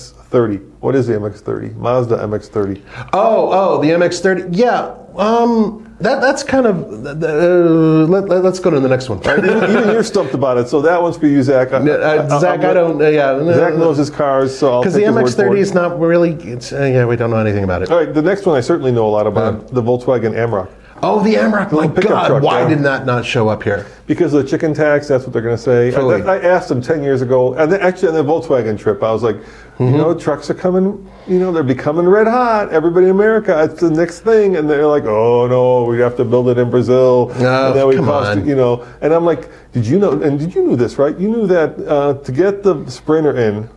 [SPEAKER 1] MX30. What is the MX30? Mazda MX30.
[SPEAKER 2] Oh, oh, the MX30. Yeah, um, that that's kind of. Uh, let, let, us go to the next one.
[SPEAKER 1] even, even you're stumped about it. So that one's for you, Zach. I,
[SPEAKER 2] Uh, Zach, I,
[SPEAKER 1] I'm-
[SPEAKER 2] don't. Uh, yeah,
[SPEAKER 1] Zach knows his cars, so I'll
[SPEAKER 2] because the
[SPEAKER 1] take his word for
[SPEAKER 2] MX30
[SPEAKER 1] it. Oh.
[SPEAKER 2] is not really. It's, uh, yeah, we don't know anything about it.
[SPEAKER 1] All right, the next one I certainly know a lot about
[SPEAKER 2] Uh.
[SPEAKER 1] the Volkswagen Amarok.
[SPEAKER 2] Oh, the Amarok! My
[SPEAKER 1] pickup
[SPEAKER 2] God,
[SPEAKER 1] truck,
[SPEAKER 2] why
[SPEAKER 1] yeah.
[SPEAKER 2] did that not show up here?
[SPEAKER 1] Because of the chicken tax, that's what they're going to say. I,
[SPEAKER 2] Fully.
[SPEAKER 1] I asked them 10 years ago, and then, actually on the Volkswagen trip, I was like,
[SPEAKER 2] Mm-hmm.
[SPEAKER 1] you know, trucks are coming, you know, they're becoming red hot. Everybody in America, it's the next thing. And they're like, oh no, we have to build it in Brazil.
[SPEAKER 2] No,
[SPEAKER 1] and then we
[SPEAKER 2] come
[SPEAKER 1] cost,
[SPEAKER 2] on.
[SPEAKER 1] you know. And I'm like, did you know, and did you know this, right? You knew that uh, to get the Sprinter in,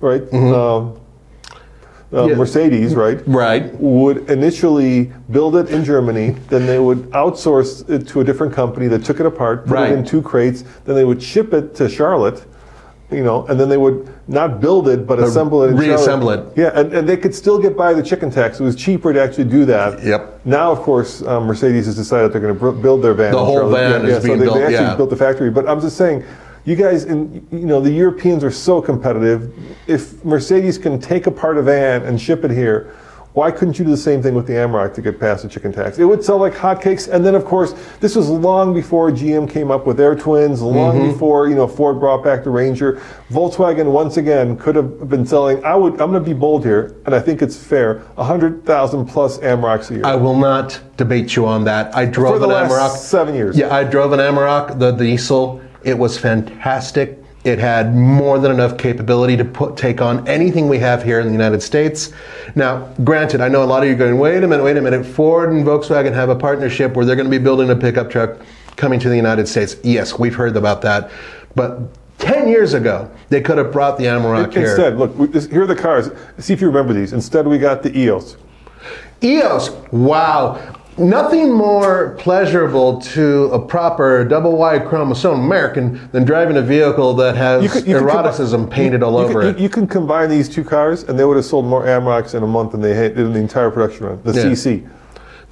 [SPEAKER 1] right? Um uh,
[SPEAKER 2] Mm-hmm. Yeah.
[SPEAKER 1] Mercedes, right?
[SPEAKER 2] Right.
[SPEAKER 1] would initially build it in Germany, then they would outsource it to a different company that took it apart, put
[SPEAKER 2] Right.
[SPEAKER 1] it in two crates, then they would ship it to Charlotte, you know, and then they would not build it but assemble it. In
[SPEAKER 2] reassemble
[SPEAKER 1] Charlotte.
[SPEAKER 2] it.
[SPEAKER 1] Yeah, and, and they could still get by the chicken tax. It was cheaper to actually do that.
[SPEAKER 2] Yep.
[SPEAKER 1] Now, of course, um, Mercedes has decided they're going to br- build their van.
[SPEAKER 2] The
[SPEAKER 1] in
[SPEAKER 2] whole
[SPEAKER 1] Charlotte.
[SPEAKER 2] van
[SPEAKER 1] yeah,
[SPEAKER 2] is
[SPEAKER 1] yeah, so
[SPEAKER 2] being
[SPEAKER 1] they,
[SPEAKER 2] built,
[SPEAKER 1] They actually
[SPEAKER 2] yeah.
[SPEAKER 1] built the factory, but I'm just saying. You guys, in you know, the Europeans are so competitive. If Mercedes can take apart a van and ship it here, why couldn't you do the same thing with the Amarok to get past the chicken tax? It would sell like hotcakes. And then, of course, this was long before GM came up with their twins. Long
[SPEAKER 2] Mm-hmm.
[SPEAKER 1] before you know Ford brought back the Ranger. Volkswagen once again could have been selling. I would. I'm going to be bold here, and I think it's fair. hundred thousand plus Amaroks a year
[SPEAKER 2] I will not debate you on that. I drove
[SPEAKER 1] for the
[SPEAKER 2] an
[SPEAKER 1] last
[SPEAKER 2] Amarok.
[SPEAKER 1] seven years.
[SPEAKER 2] Yeah, I drove an Amarok, the diesel. It was fantastic. It had more than enough capability to put take on anything we have here in the United States. Now, granted, I know a lot of you are going, wait a minute, wait a minute. Ford and Volkswagen have a partnership where they're going to be building a pickup truck coming to the United States. Yes, we've heard about that. But 10 years ago, they could have brought the Amarok here.
[SPEAKER 1] Instead, look, we, this, here are the cars. See if you remember these. Instead, we got the EOS.
[SPEAKER 2] EOS, wow. Nothing more pleasurable to a proper double Y chromosome American than driving a vehicle that has
[SPEAKER 1] combi-
[SPEAKER 2] eroticism painted all
[SPEAKER 1] you
[SPEAKER 2] over
[SPEAKER 1] could-
[SPEAKER 2] it.
[SPEAKER 1] You, you can combine these two cars, and they would have sold more Amrocs in a month than they had in the entire production run. The
[SPEAKER 2] Yeah.
[SPEAKER 1] CC.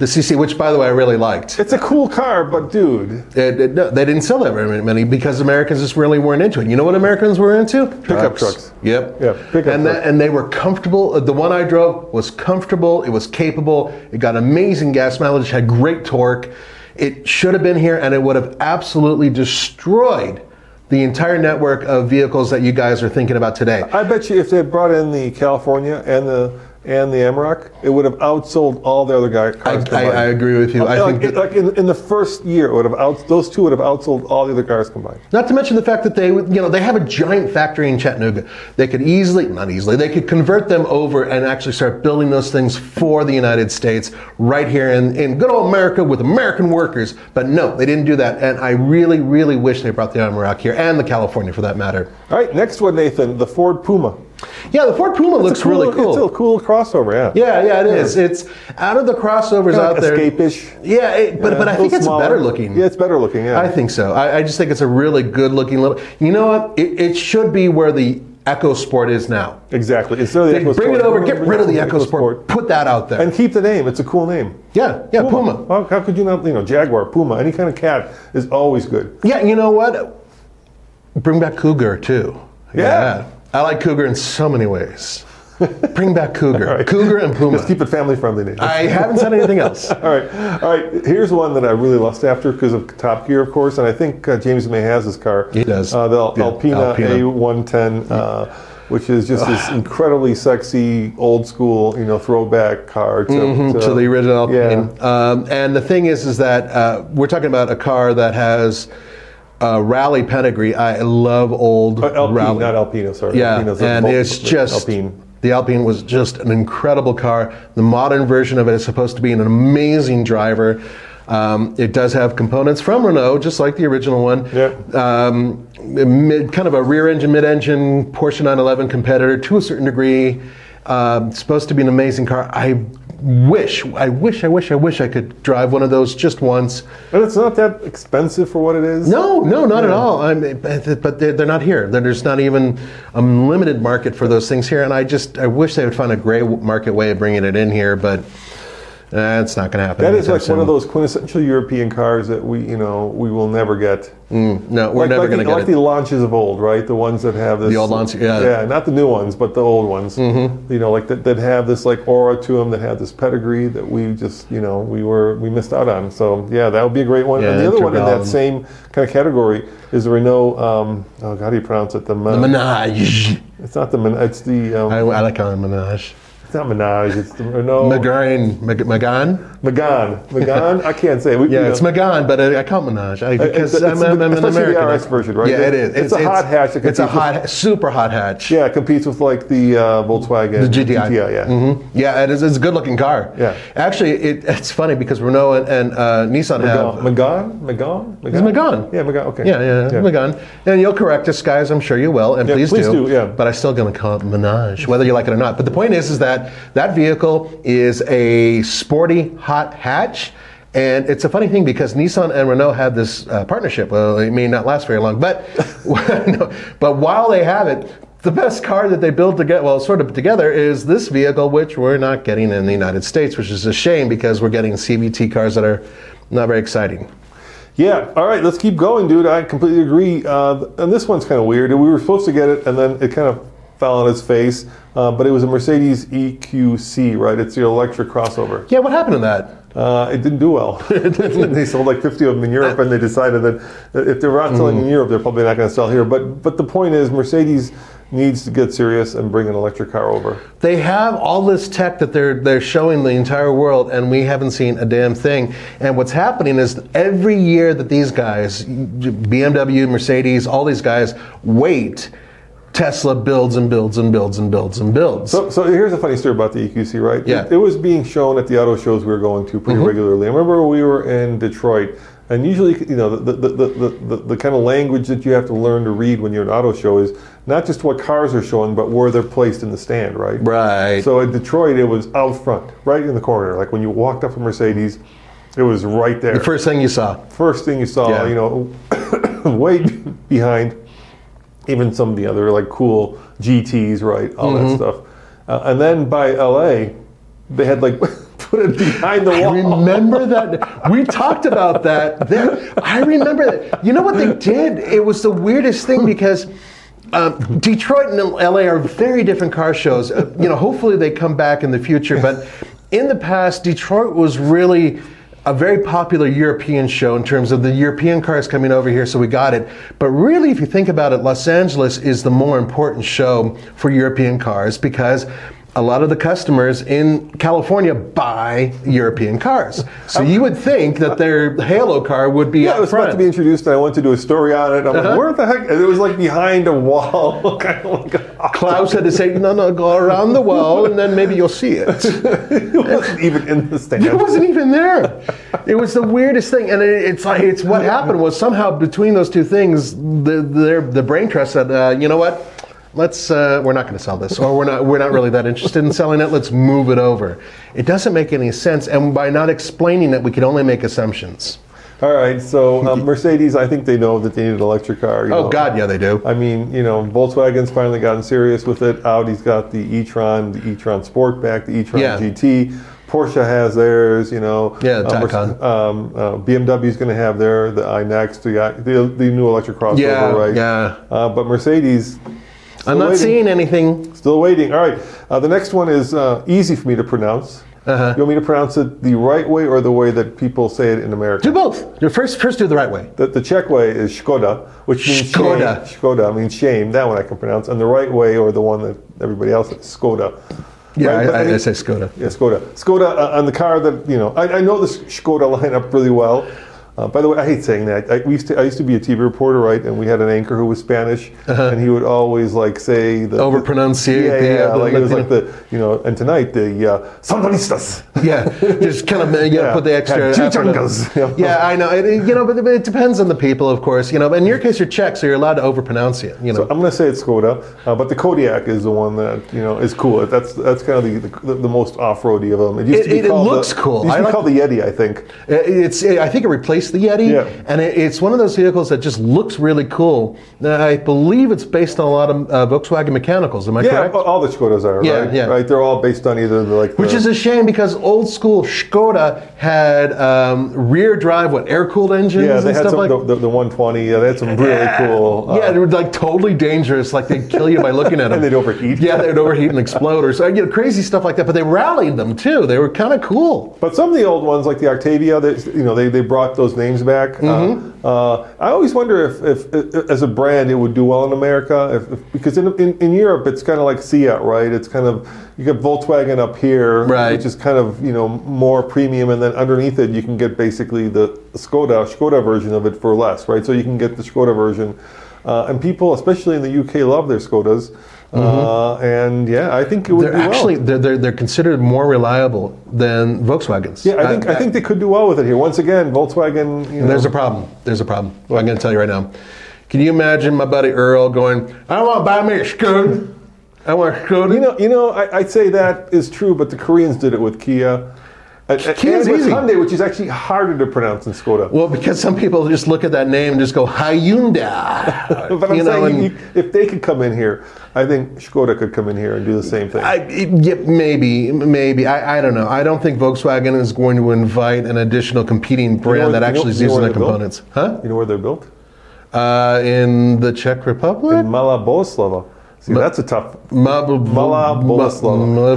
[SPEAKER 2] the CC, which by the way I really liked.
[SPEAKER 1] It's a cool car, but dude,
[SPEAKER 2] It- it- no, uh, they didn't sell that very many because Americans just really weren't into it. You know what Americans were into?
[SPEAKER 1] Pickup trucks.
[SPEAKER 2] Yep.
[SPEAKER 1] Yeah, pickup trucks.
[SPEAKER 2] and That, and they were comfortable. Uh, The one I drove was comfortable. It was capable. It got amazing gas mileage. Had great torque. It should have been here, and it would have absolutely destroyed the entire network of vehicles that you guys are thinking about today.
[SPEAKER 1] I bet you if they had brought in the California and the and the Amarok, it would have outsold all the other guy,
[SPEAKER 2] I,
[SPEAKER 1] cars
[SPEAKER 2] I,
[SPEAKER 1] combined.
[SPEAKER 2] I agree with you. I
[SPEAKER 1] like,
[SPEAKER 2] think that-
[SPEAKER 1] like in, in the first year, it would have out, those two would have outsold all the other cars combined.
[SPEAKER 2] Not to mention the fact that they, you know, they have a giant factory in Chattanooga. They could easily, not easily, they could convert them over and actually start building those things for the United States right here in, in good old America with American workers. But no, they didn't do that. And I really, really wish they brought the Amarok here and the California for that matter.
[SPEAKER 1] All right, next one, Nathan, the Ford Puma.
[SPEAKER 2] Yeah, the Ford Puma looks
[SPEAKER 1] It's a cool-
[SPEAKER 2] really cool.
[SPEAKER 1] It's a cool crossover, yeah.
[SPEAKER 2] yeah, yeah, it is. It's out of the crossovers
[SPEAKER 1] Kinda
[SPEAKER 2] out there.
[SPEAKER 1] escape-ish.
[SPEAKER 2] Yeah, it, but,
[SPEAKER 1] Yeah,
[SPEAKER 2] but I
[SPEAKER 1] a
[SPEAKER 2] think
[SPEAKER 1] little
[SPEAKER 2] it's
[SPEAKER 1] smaller.
[SPEAKER 2] better looking.
[SPEAKER 1] Yeah, it's better looking. Yeah,
[SPEAKER 2] I think so. I, I just think it's a really good looking little. You know what? It, it should be where the Echo Sport is now.
[SPEAKER 1] exactly. Instead of the
[SPEAKER 2] They
[SPEAKER 1] Echo
[SPEAKER 2] bring
[SPEAKER 1] Sport,
[SPEAKER 2] it over,
[SPEAKER 1] bring-
[SPEAKER 2] get
[SPEAKER 1] bring
[SPEAKER 2] rid of the
[SPEAKER 1] back
[SPEAKER 2] Echo Sport, put that out there.
[SPEAKER 1] and keep the name. It's a cool name.
[SPEAKER 2] yeah, yeah, Puma.
[SPEAKER 1] How, how could you not? You know, Jaguar, Puma, any kind of cat is always good.
[SPEAKER 2] Yeah, you know what? Bring back Cougar too.
[SPEAKER 1] Yeah.
[SPEAKER 2] I like Cougar in so many ways. Bring back Cougar. Cougar and Puma.
[SPEAKER 1] Let's keep it family friendly. Nathan.
[SPEAKER 2] I haven't said anything else.
[SPEAKER 1] All right, all right. Here's one that I really lost after because of Top Gear, of course, and I think uh, James May has this car.
[SPEAKER 2] He does.
[SPEAKER 1] Uh, the Al-
[SPEAKER 2] Yeah,
[SPEAKER 1] Alpina,
[SPEAKER 2] Alpina.
[SPEAKER 1] A110, uh, which is just this incredibly sexy, old school, you know, throwback car to,
[SPEAKER 2] to the original.
[SPEAKER 1] Yeah.
[SPEAKER 2] And, um, and the thing is, is that uh, we're talking about a car that has a rally pedigree. I love old
[SPEAKER 1] Uh, Alpine,
[SPEAKER 2] rally.
[SPEAKER 1] not Alpino, sorry.
[SPEAKER 2] Yeah,
[SPEAKER 1] Alpino's a
[SPEAKER 2] and
[SPEAKER 1] Vol-
[SPEAKER 2] it's just
[SPEAKER 1] Alpine.
[SPEAKER 2] The Alpine was just an incredible car. The modern version of it is supposed to be an amazing driver. Um, it does have components from Renault, just like the original one.
[SPEAKER 1] Yeah.
[SPEAKER 2] Um, mid, kind of a rear-engine, mid-engine Porsche 911 competitor to a certain degree. Um, supposed to be an amazing car. I wish, I wish, I wish, I wish I could drive one of those just once.
[SPEAKER 1] And it's not that expensive for what it is.
[SPEAKER 2] No, no, not at all. I'm, but but they're, they're not here. There- There's not even a limited market for those things here. And I just I wish they would find a gray w- market way of bringing it in here, but uh, it's not going to happen.
[SPEAKER 1] That is like
[SPEAKER 2] anytime
[SPEAKER 1] one of
[SPEAKER 2] soon.
[SPEAKER 1] those quintessential European cars that we, you know, we will never get.
[SPEAKER 2] No, Mm, we're
[SPEAKER 1] like,
[SPEAKER 2] never
[SPEAKER 1] like
[SPEAKER 2] going
[SPEAKER 1] the,
[SPEAKER 2] to get
[SPEAKER 1] like
[SPEAKER 2] it.
[SPEAKER 1] the launches of old, right? The ones that have this.
[SPEAKER 2] The old launch- yeah. Mm-hmm.
[SPEAKER 1] not the new ones, but the old ones. You know, like that, that have this like aura to them, that have this pedigree that we just, you know, we were we missed out on. So yeah, that would be a great one.
[SPEAKER 2] Yeah,
[SPEAKER 1] and the other one in
[SPEAKER 2] Interval.
[SPEAKER 1] that same kind of category is the Renault. Um, oh God, how do you pronounce it? The,
[SPEAKER 2] Menage.
[SPEAKER 1] It's not the. Men- it's the. Um,
[SPEAKER 2] I, I like Alan Menage.
[SPEAKER 1] It's not Minaj. It's the Renault.
[SPEAKER 2] Megan, Meg- Megan.
[SPEAKER 1] Magan. Magan. I can't say. it. We,
[SPEAKER 2] Yeah,
[SPEAKER 1] you know.
[SPEAKER 2] it's Megan, but uh, I, I call it Minaj I, because
[SPEAKER 1] Uh, it's- it's-
[SPEAKER 2] I'm, I'm, I'm an
[SPEAKER 1] especially the RS
[SPEAKER 2] American.
[SPEAKER 1] version, right?
[SPEAKER 2] Yeah, it is.
[SPEAKER 1] It's a hot hatch that
[SPEAKER 2] It's a
[SPEAKER 1] competes with-
[SPEAKER 2] hot, super hot hatch.
[SPEAKER 1] Yeah, it competes with like the uh, Volkswagen.
[SPEAKER 2] The GTI.
[SPEAKER 1] yeah.
[SPEAKER 2] Mhm. Yeah, it is, it's a good looking car.
[SPEAKER 1] Yeah.
[SPEAKER 2] Actually, it, it's funny because Renault and, and uh, Nissan have.
[SPEAKER 1] Magan? Magan?
[SPEAKER 2] It's Megan.
[SPEAKER 1] Yeah, Magan. Okay.
[SPEAKER 2] Yeah, yeah, Megan. And you'll correct us, guys. I'm sure you will, and
[SPEAKER 1] Yeah,
[SPEAKER 2] please,
[SPEAKER 1] please
[SPEAKER 2] do.
[SPEAKER 1] do, yeah.
[SPEAKER 2] But I'm still going to call it Minaj, whether you like it or not. But the point is, is that that vehicle is a sporty hot hatch. And it's a funny thing because Nissan and Renault have this uh, partnership. Well, it may not last very long, but no, but while they have it, the best car that they build together, well, sort of together, is this vehicle, which we're not getting in the United States, which is a shame because we're getting CVT cars that are not very exciting.
[SPEAKER 1] Yeah. All right. Let's keep going, dude. I completely agree. Uh, and this one's kind of weird. We were supposed to get it, and then it kind of fell on its face. Uh, but it was a Mercedes EQC, right? It's the electric crossover.
[SPEAKER 2] Yeah, what happened to that?
[SPEAKER 1] Uh, it didn't do well. they sold like 50 of them in Europe, and they decided that if they're not selling in Europe, they're probably not going to sell here. But but the point is, Mercedes needs to get serious and bring an electric car over.
[SPEAKER 2] They have all this tech that they're they're showing the entire world, and we haven't seen a damn thing. And what's happening is every year that these guys, BMW, Mercedes, all these guys wait, Tesla builds and builds and builds and builds and builds.
[SPEAKER 1] So, so here's a funny story about the EQC, right?
[SPEAKER 2] Yeah. Mm-hmm.
[SPEAKER 1] It, it was being shown at the auto shows we were going to pretty regularly. I remember we were in Detroit, and usually, you know, the, the, the, the, the, the kind of language that you have to learn to read when you're at an auto show is not just what cars are showing, but where they're placed in the stand, right?
[SPEAKER 2] Right.
[SPEAKER 1] So at Detroit, it was out front, right in the corner. Like when you walked up to Mercedes, it was right there
[SPEAKER 2] the first thing you saw.
[SPEAKER 1] first thing you saw,
[SPEAKER 2] Yeah.
[SPEAKER 1] you know, way behind even some of the other like cool GTs, right? All
[SPEAKER 2] Mm-hmm.
[SPEAKER 1] that stuff. Uh, and then by LA, they had like put it behind the wall.
[SPEAKER 2] Remember that we talked about that. There, I remember that. You know what they did? It was the weirdest thing because um, Detroit and LA are very different car shows. Uh, you know, hopefully they come back in the future. But in the past, Detroit was really a very popular European show in terms of the European cars coming over here, so we got it. But really, if you think about it, Los Angeles is the more important show for European cars because a lot of the customers in California buy European cars. So you would think that their Halo car would be
[SPEAKER 1] Yeah,
[SPEAKER 2] up
[SPEAKER 1] it was
[SPEAKER 2] front. Uh-huh.
[SPEAKER 1] about to be introduced, and I went to do a story on it. I'm like, where the heck? And it was like behind a wall, kind of like
[SPEAKER 2] Klaus had to say, no, no, go around the wall and then maybe you'll see it.
[SPEAKER 1] it wasn't even in the stand.
[SPEAKER 2] It wasn't even there. It was the weirdest thing, and it, it's like it's what happened was somehow between those two things, the their, the brain trust said, uh, you know what? Let's uh, we're not going to sell this, or we're not we're not really that interested in selling it. Let's move it over. It doesn't make any sense, and by not explaining it, we can only make assumptions.
[SPEAKER 1] All right, so um, Mercedes, I think they know that they need an electric car. you
[SPEAKER 2] Oh
[SPEAKER 1] know.
[SPEAKER 2] God, yeah, they do.
[SPEAKER 1] I mean, you know, Volkswagen's finally gotten serious with it. Audi's got the e-tron, the e-tron Sportback, the e-tron
[SPEAKER 2] Yeah.
[SPEAKER 1] GT. Porsche has theirs, you know.
[SPEAKER 2] Yeah, the
[SPEAKER 1] Uh, Merce-
[SPEAKER 2] Taycan.
[SPEAKER 1] um, uh, BMW's going to have their the iNext, the, i- the the new electric crossover,
[SPEAKER 2] Yeah,
[SPEAKER 1] right?
[SPEAKER 2] yeah.
[SPEAKER 1] Uh, but Mercedes,
[SPEAKER 2] I'm not
[SPEAKER 1] waiting.
[SPEAKER 2] seeing anything.
[SPEAKER 1] still waiting. All right, uh, the next one is uh, easy for me to pronounce. Uh-huh. You want me to pronounce it the right way or the way that people say it in America?
[SPEAKER 2] Do both. Do First, first do the right way.
[SPEAKER 1] The, the Czech way is Škoda, which means
[SPEAKER 2] Škoda.
[SPEAKER 1] Shame. Škoda means shame. That one I can pronounce. And the right way, or the one that everybody else, is Skoda.
[SPEAKER 2] Yeah,
[SPEAKER 1] Right? But
[SPEAKER 2] I, I,
[SPEAKER 1] any-
[SPEAKER 2] I say Skoda.
[SPEAKER 1] Yeah, Skoda. Skoda uh, on the car that you know. I, I know the Skoda lineup really well. Uh, by the way, I hate saying that. I, we used to, I used to be a TV reporter, right? And we had an anchor who was Spanish, and he would always like say the
[SPEAKER 2] Overpronounce
[SPEAKER 1] Yeah,
[SPEAKER 2] it,
[SPEAKER 1] yeah,
[SPEAKER 2] Uh-huh. the- uh,
[SPEAKER 1] yeah,
[SPEAKER 2] the
[SPEAKER 1] like it was
[SPEAKER 2] Latino-
[SPEAKER 1] like the you know. And tonight the uh, Sandanistas.
[SPEAKER 2] Yeah, just kind of you
[SPEAKER 1] Yeah,
[SPEAKER 2] yeah, put the extra.
[SPEAKER 1] yeah,
[SPEAKER 2] effort in.
[SPEAKER 1] chimichangas.
[SPEAKER 2] Yeah, I know. It, it- you know, but, but it depends on the people, of course. You know, but in your case, you're Czech, so you're allowed to overpronounce it. You know,
[SPEAKER 1] So I'm going to say it's Skoda, uh, but the Kodiak is the one that you know is cool. That's that's kind of the the, the most off-roady of them. It used
[SPEAKER 2] It-
[SPEAKER 1] to
[SPEAKER 2] it-
[SPEAKER 1] be
[SPEAKER 2] it
[SPEAKER 1] called
[SPEAKER 2] looks
[SPEAKER 1] the,
[SPEAKER 2] cool.
[SPEAKER 1] It used to
[SPEAKER 2] I
[SPEAKER 1] be
[SPEAKER 2] like-
[SPEAKER 1] called the Yeti, I think.
[SPEAKER 2] It- Uh, it's. It, I think it replaced the Yeti,
[SPEAKER 1] Yeah.
[SPEAKER 2] and it, it's one of those vehicles that just looks really cool. Now, I believe it's based on a lot of uh, Volkswagen mechanicals. Am I
[SPEAKER 1] Yeah, oh,
[SPEAKER 2] correct?
[SPEAKER 1] all- all the Skodas are
[SPEAKER 2] Yeah,
[SPEAKER 1] right.
[SPEAKER 2] yeah.
[SPEAKER 1] Right, they're all based on either the, like
[SPEAKER 2] Which
[SPEAKER 1] the,
[SPEAKER 2] is a shame because old school Skoda had um, rear drive, what air cooled engines
[SPEAKER 1] yeah. They
[SPEAKER 2] and
[SPEAKER 1] had
[SPEAKER 2] stuff
[SPEAKER 1] some
[SPEAKER 2] like
[SPEAKER 1] the, the, the 120. Yeah, they had some really cool. Uh,
[SPEAKER 2] yeah, they were like totally dangerous. Like they'd kill you by looking at them.
[SPEAKER 1] And they'd overheat.
[SPEAKER 2] Yeah, they'd overheat and explode or so, you know, crazy stuff like that. But they rallied them too. They were kind of cool.
[SPEAKER 1] But some of the old ones, like the Octavia, they, you know, they, they brought those those names back.
[SPEAKER 2] Mm-hmm.
[SPEAKER 1] Uh, uh, I always wonder if, if, i as a brand, it would do well in America, if, if- because in, in, in Europe, it's kind of like Fiat, right? It's kind of you get Volkswagen up here,
[SPEAKER 2] Right.
[SPEAKER 1] which is kind of you know more premium, and then underneath it, you can get basically the Skoda Skoda version of it for less, right? So you can get the Skoda version, uh, and people, especially in the UK, love their Skodas. Uh, and yeah, I think it would
[SPEAKER 2] Mm-hmm. They're
[SPEAKER 1] do well.
[SPEAKER 2] actually they're, they're they're considered more reliable than Volkswagens.
[SPEAKER 1] Yeah, I think I think they could do well with it here. Once again, Volkswagen. You know,
[SPEAKER 2] there's a problem. There's a problem. Well, I'm going to tell you right now. Can you imagine my buddy Earl going? I want to buy me a Skoda. I want a Skoda.
[SPEAKER 1] you know, you know, I, I'd say that is true, but the Koreans did it with Kia. And, and-
[SPEAKER 2] Kia's
[SPEAKER 1] and with
[SPEAKER 2] easy.
[SPEAKER 1] Hyundai, which is actually harder to pronounce than Skoda.
[SPEAKER 2] well, because some people just look at that name and just go Hyundai.
[SPEAKER 1] but I'm
[SPEAKER 2] you know,
[SPEAKER 1] saying
[SPEAKER 2] and-
[SPEAKER 1] you- if they could come in here, I think Skoda could come in here and do the same thing.
[SPEAKER 2] I, it- yeah, maybe, maybe. I, I don't know. I don't think Volkswagen is going to invite an additional competing brand
[SPEAKER 1] where-
[SPEAKER 2] that
[SPEAKER 1] you know-
[SPEAKER 2] actually is
[SPEAKER 1] you know
[SPEAKER 2] using
[SPEAKER 1] where
[SPEAKER 2] the
[SPEAKER 1] they're built?
[SPEAKER 2] components. Huh?
[SPEAKER 1] you know where they're built?
[SPEAKER 2] Uh, in the Czech Republic?
[SPEAKER 1] In Malaboslava. See, that's a tough. Mala Boleslava.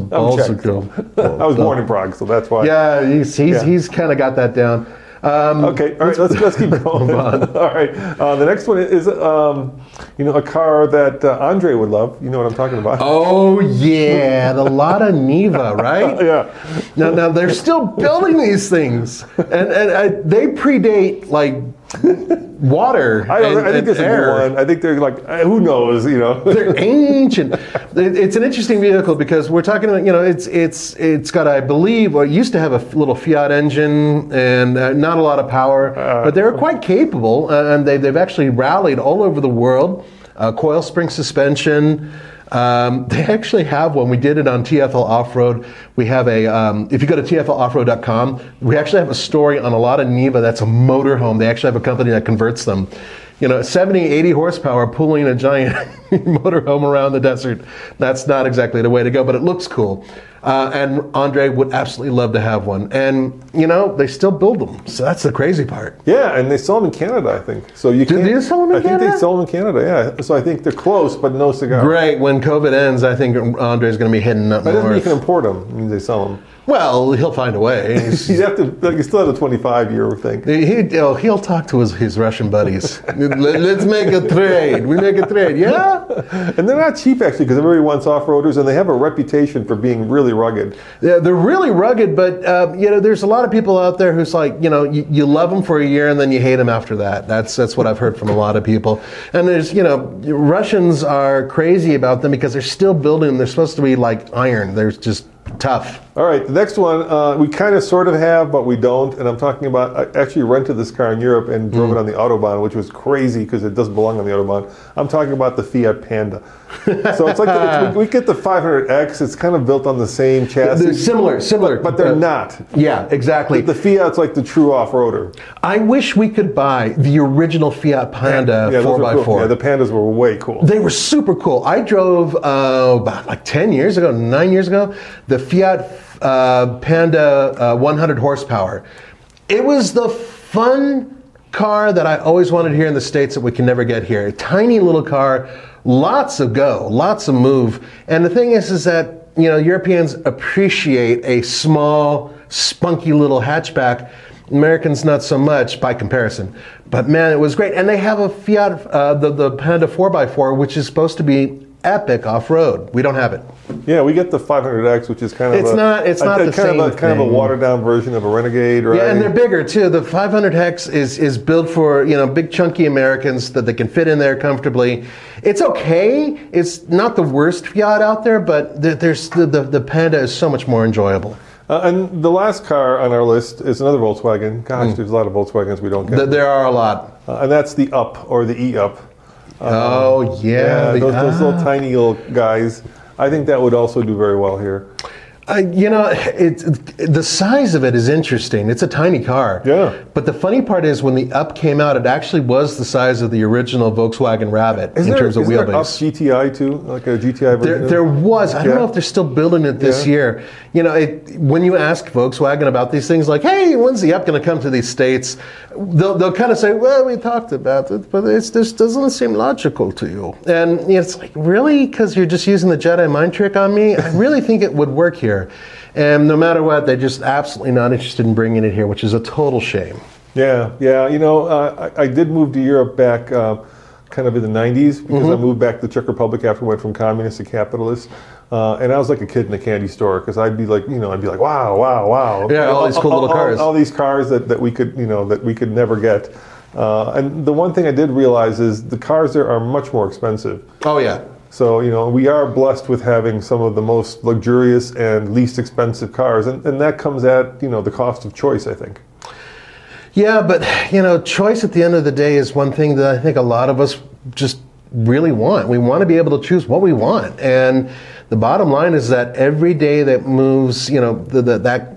[SPEAKER 1] I'm Czech. I was born in Prague, so that's why.
[SPEAKER 2] Yeah, he's he's,
[SPEAKER 1] Yeah.
[SPEAKER 2] he's kind of got that down. Um,
[SPEAKER 1] Okay, all right, let's, let's keep going. all right, uh, the next one is, um, you know, a car that uh, Andre would love. You know what I'm talking about.
[SPEAKER 2] Oh yeah, the Lada Neva, right?
[SPEAKER 1] yeah.
[SPEAKER 2] Now, now they're still building these things, and and I, they predate like water.
[SPEAKER 1] I, don't,
[SPEAKER 2] and,
[SPEAKER 1] I think
[SPEAKER 2] and
[SPEAKER 1] there's
[SPEAKER 2] air.
[SPEAKER 1] a new one. I think they're like, eh, who knows, you know?
[SPEAKER 2] They're ancient. It- It's an interesting vehicle because we're talking about you know it's it's it's got I believe or it used to have a little Fiat engine and uh, not a lot of power, but they were quite capable uh, and they they've actually rallied all over the world. Uh, coil spring suspension. Um, they actually have one. We did it on TFL Off Road. We have a, um, if you go to TFLOffroad.com, we actually have a story on a lot of Neva that's a motorhome. They actually have a company that converts them you know 70 80 horsepower pulling a giant motorhome around the desert that's not exactly the way to go but it looks cool uh, and andre would absolutely love to have one and you know they still build them so that's the crazy part
[SPEAKER 1] yeah, and they sell them in Canada, I think. So you
[SPEAKER 2] Do
[SPEAKER 1] can't-
[SPEAKER 2] they sell them in
[SPEAKER 1] I think
[SPEAKER 2] Canada?
[SPEAKER 1] they sell them in Canada, yeah. So I think they're close, but no cigar.
[SPEAKER 2] great when covid ends i think andre's going to be heading up
[SPEAKER 1] That doesn't mean you can
[SPEAKER 2] north
[SPEAKER 1] import them. It means they sell them.
[SPEAKER 2] well he'll find a way He's-
[SPEAKER 1] You have to. Like, you still have a 25 year thing.
[SPEAKER 2] He, he'll, he'll talk to his, his Russian buddies. Let, us make a trade. We make a trade. Yeah?
[SPEAKER 1] And they're not cheap actually, because everybody wants off roaders, and they have a reputation for being really rugged.
[SPEAKER 2] Yeah, they're really rugged, but uh, you know, there's a lot of people out there who's like, you know, you, you love them for a year and then you hate them after that. That's that's what I've heard from a lot of people. And there's, you know, Russians are crazy about them because they're still building them. They're supposed to be like iron. They're just tough.
[SPEAKER 1] All right, the next one uh, we kind of sort of have, but we don't. And I'm talking about I actually rented this car in Europe and drove it
[SPEAKER 2] Mm.
[SPEAKER 1] on the autobahn, which was crazy because it doesn't belong on the autobahn. I'm talking about the Fiat Panda. so it's like the, it's, we, we get the 500X. It's kind of built on the same chassis,
[SPEAKER 2] They're similar, similar,
[SPEAKER 1] but they're
[SPEAKER 2] uh,
[SPEAKER 1] not.
[SPEAKER 2] Yeah, exactly.
[SPEAKER 1] The Fiat's like the true off-roader.
[SPEAKER 2] I wish we could buy the original Fiat Panda
[SPEAKER 1] yeah, those were
[SPEAKER 2] 4x4.
[SPEAKER 1] cool. Yeah, the Pandas were way cool.
[SPEAKER 2] They were super cool. I drove uh, about like 10 years ago, nine years ago, the Fiat uh, Panda uh, 100 horsepower. It was the fun car that I always wanted here in the States that we can never get here. Tiny little car, lots of go, lots of move. And the thing is, is that, you know, Europeans appreciate a small, spunky little hatchback. Americans not so much by comparison, but man, it was great. And they have a Fiat, uh, the the Panda 4x4, which is supposed to be epic off road. We don't have it.
[SPEAKER 1] yeah, we get the 500X, which is kind of
[SPEAKER 2] It's
[SPEAKER 1] a,
[SPEAKER 2] not- it's
[SPEAKER 1] a-
[SPEAKER 2] not
[SPEAKER 1] a
[SPEAKER 2] the
[SPEAKER 1] kind
[SPEAKER 2] same
[SPEAKER 1] of a, kind of
[SPEAKER 2] thing.
[SPEAKER 1] a watered-down version of a Renegade, right?
[SPEAKER 2] Yeah, and they're bigger too. The 500 hex is is built for you know big chunky Americans that they can fit in there comfortably. It's okay. It's not the worst Fiat out there, but th- there's the, the the Panda is so much more enjoyable.
[SPEAKER 1] Uh, and the last car on our list is another Volkswagen.
[SPEAKER 2] Hmm.
[SPEAKER 1] Gosh, there's a lot of Volkswagens we don't get.
[SPEAKER 2] Th- there are a lot.
[SPEAKER 1] Uh, and that's the Up or the E Up.
[SPEAKER 2] oh yeah, the-
[SPEAKER 1] Um, those, those
[SPEAKER 2] ah.
[SPEAKER 1] little tiny little guys. I think that would also do very well here.
[SPEAKER 2] I, you know, it's the size of it is interesting. It's a tiny car.
[SPEAKER 1] Yeah.
[SPEAKER 2] But the funny part is, when the Up came out, it actually was the size of the original Volkswagen Rabbit in
[SPEAKER 1] there,
[SPEAKER 2] terms of
[SPEAKER 1] isn't there Up
[SPEAKER 2] wheelbase.
[SPEAKER 1] GTI too, like a GTI version.
[SPEAKER 2] There,
[SPEAKER 1] of-
[SPEAKER 2] there was. I don't know
[SPEAKER 1] Yeah.
[SPEAKER 2] if they're still building it this
[SPEAKER 1] Yeah.
[SPEAKER 2] year. You know, it, when you ask Volkswagen about these things, like, "Hey, when's the Up going to come to these states?" They'll, they'll kind of say, "Well, we talked about it, but it's, this doesn't seem logical to you." And it's like, really, because you're just using the Jedi mind trick on me. I really think it would work here. And no matter what, they're just absolutely not interested in bringing it here, which is a total shame.
[SPEAKER 1] Yeah, yeah. You know, uh, I, I did move to Europe back uh, kind of in the 90s because I
[SPEAKER 2] Mm-hmm.
[SPEAKER 1] moved back to the Czech Republic after I went from communist to capitalist. Uh, and I was like a kid in a candy store because I'd be like, you know, I'd be like, wow, wow, wow.
[SPEAKER 2] Yeah, all these cool little cars.
[SPEAKER 1] All, these cars that, that we could, you know, that we could never get. Uh, and the one thing I did realize is the cars there are much more expensive.
[SPEAKER 2] Oh, yeah.
[SPEAKER 1] So, you know, we are blessed with having some of the most luxurious and least expensive cars. And, and that comes at, you know, the cost of choice, I think.
[SPEAKER 2] Yeah, but you know, choice at the end of the day is one thing that I think a lot of us just really want. We want to be able to choose what we want, and the bottom line is that every day that moves, you know, the, the, that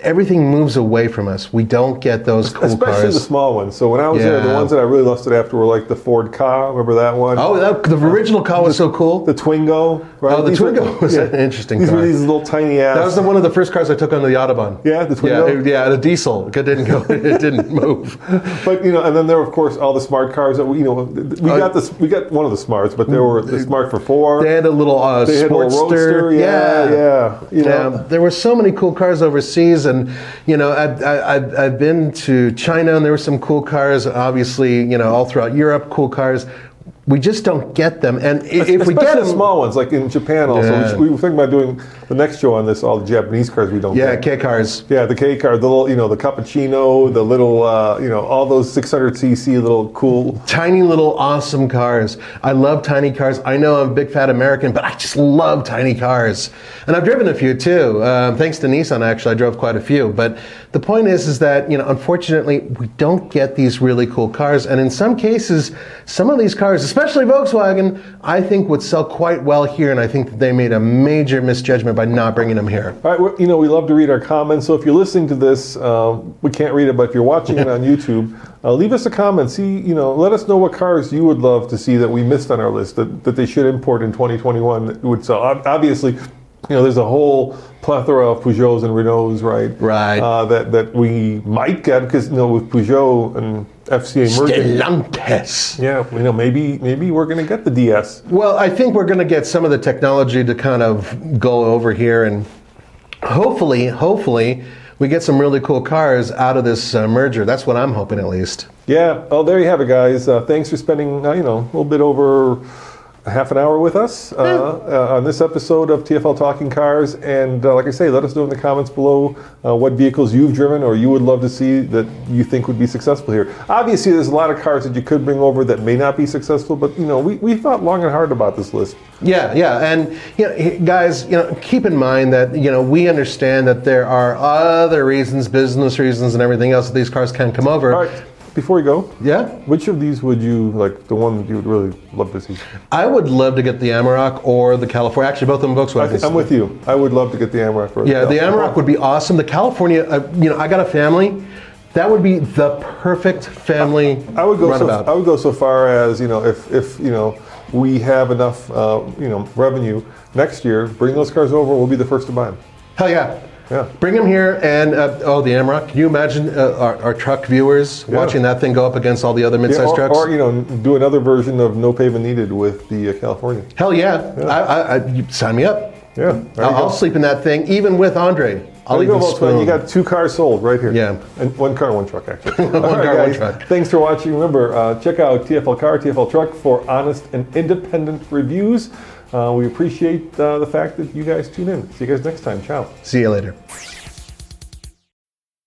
[SPEAKER 2] everything moves away from us. We don't get those cool
[SPEAKER 1] Especially
[SPEAKER 2] cars.
[SPEAKER 1] the small ones. So when I was there, the
[SPEAKER 2] Yeah.
[SPEAKER 1] ones that I really lusted after were like the Ford car. Remember that one?
[SPEAKER 2] oh, that, the original car was so cool.
[SPEAKER 1] the Twingo. Right?
[SPEAKER 2] Oh, the
[SPEAKER 1] These were-
[SPEAKER 2] Twingo was an interesting
[SPEAKER 1] These were
[SPEAKER 2] car.
[SPEAKER 1] these little tiny ass.
[SPEAKER 2] That was the, one of the first cars I took onto the autobahn.
[SPEAKER 1] Yeah, the
[SPEAKER 2] yeah,
[SPEAKER 1] Twingo?
[SPEAKER 2] it- yeah, the diesel. It didn't go. It didn't move.
[SPEAKER 1] But you know, and then there were of course all the smart cars that we, you know th- th- we
[SPEAKER 2] Uh, Mm,
[SPEAKER 1] got this we got one of the smarts, but there were the smart for four.
[SPEAKER 2] They had a little uh,
[SPEAKER 1] They had a little
[SPEAKER 2] Sportster.
[SPEAKER 1] Roadster, yeah, yeah, you
[SPEAKER 2] Yeah,
[SPEAKER 1] know.
[SPEAKER 2] there were so many cool cars overseas, and you know, I've, I, I've, I've been to China, and there were some cool cars. Obviously, you know, all throughout Europe, cool cars. We just don't get them, and i- if
[SPEAKER 1] Especially
[SPEAKER 2] we get
[SPEAKER 1] the
[SPEAKER 2] them,
[SPEAKER 1] small ones, like in Japan, also
[SPEAKER 2] Yeah.
[SPEAKER 1] we, should- we were thinking about doing the next show on this. All the Japanese cars we don't.
[SPEAKER 2] yeah,
[SPEAKER 1] get.
[SPEAKER 2] K cars.
[SPEAKER 1] Yeah, the K car, the little, you know, the cappuccino, the little, uh, you know, all those 600cc little cool.
[SPEAKER 2] Tiny little awesome cars. I love tiny cars. I know I'm a big fat American, but I just love tiny cars. And I've driven a few too. Um, thanks to Nissan, actually, I drove quite a few. But the point is, is that you know, unfortunately, we don't get these really cool cars. And in some cases, some of these cars, especially Volkswagen, I think would sell quite well here. And I think that they made a major misjudgment by not bringing them here.
[SPEAKER 1] All right, well, you know, we love to read our comments. So if you're listening to this, um, we can't read it, but if you're watching it on YouTube, uh, leave us a comment. See, you know, let us know what cars you would love to see that we missed on our list that, that they should import in 2021 that would sell. Ob- Obviously, you know, there's a whole plethora of Peugeots and Renaults, right?
[SPEAKER 2] Right.
[SPEAKER 1] Uh, that, that we might get because, you know, with Peugeot and FCA merging.
[SPEAKER 2] Stellantis.
[SPEAKER 1] Yeah, you know, maybe maybe we're going to get the DS.
[SPEAKER 2] Well, I think we're going to get some of the technology to kind of go over here, and hopefully, hopefully, we get some really cool cars out of this uh, merger. That's what I'm hoping, at least.
[SPEAKER 1] Yeah. Well, there you have it, guys. Uh, thanks for spending, uh, you know, a little bit over a half an hour with us uh, uh, on this episode of TFL Talking Cars. And uh, like I say, let us know in the comments below uh, what vehicles you've driven or you would love to see that you think would be successful here. Obviously, there's a lot of cars that you could bring over that may not be successful, but you know, we, we thought long and hard about this list.
[SPEAKER 2] Yeah, yeah, and you know, h- guys, you know, keep in mind that you know we understand that there are other reasons, business reasons, and everything else that these cars can come over.
[SPEAKER 1] All right. Before you go,
[SPEAKER 2] Yeah,
[SPEAKER 1] which of these would you like? The one that you would really love to see?
[SPEAKER 2] I would love to get the Amarok or the California. Actually, both of them Volkswagens.
[SPEAKER 1] I'm with you. I would love to get the Amarok. for
[SPEAKER 2] Yeah, the
[SPEAKER 1] myself.
[SPEAKER 2] Amarok would be awesome. The California, uh, you know, I got a family. That would be the perfect family.
[SPEAKER 1] I would go. So,
[SPEAKER 2] runabout.
[SPEAKER 1] I would go so far as you know, if if you know we have enough uh, you know revenue next year, bring those cars over. We'll be the first to buy them.
[SPEAKER 2] Hell yeah.
[SPEAKER 1] Yeah.
[SPEAKER 2] Bring them here and uh, oh, the Amarok. Can you imagine uh, our, our truck viewers watching that thing go up against all the other
[SPEAKER 1] Yeah,
[SPEAKER 2] mid-sized
[SPEAKER 1] or,
[SPEAKER 2] trucks?
[SPEAKER 1] or, you know, do another version of No Pavement Needed with the uh, California.
[SPEAKER 2] Hell yeah! I, I, I, you sign me up.
[SPEAKER 1] Yeah, there
[SPEAKER 2] I'll,
[SPEAKER 1] you go.
[SPEAKER 2] I'll sleep in that thing, even with Andre. I'll
[SPEAKER 1] There you
[SPEAKER 2] even
[SPEAKER 1] go, Volkswagen.
[SPEAKER 2] spoon.
[SPEAKER 1] You got two cars sold right here.
[SPEAKER 2] Yeah.
[SPEAKER 1] And one car, one truck, actually. one
[SPEAKER 2] car, one truck.
[SPEAKER 1] Thanks for watching. Remember, uh, check out TFL Car, TFL Truck for honest and independent reviews. Uh, we appreciate uh, the fact that you guys tune in. See you guys next time. Ciao.
[SPEAKER 2] See you later.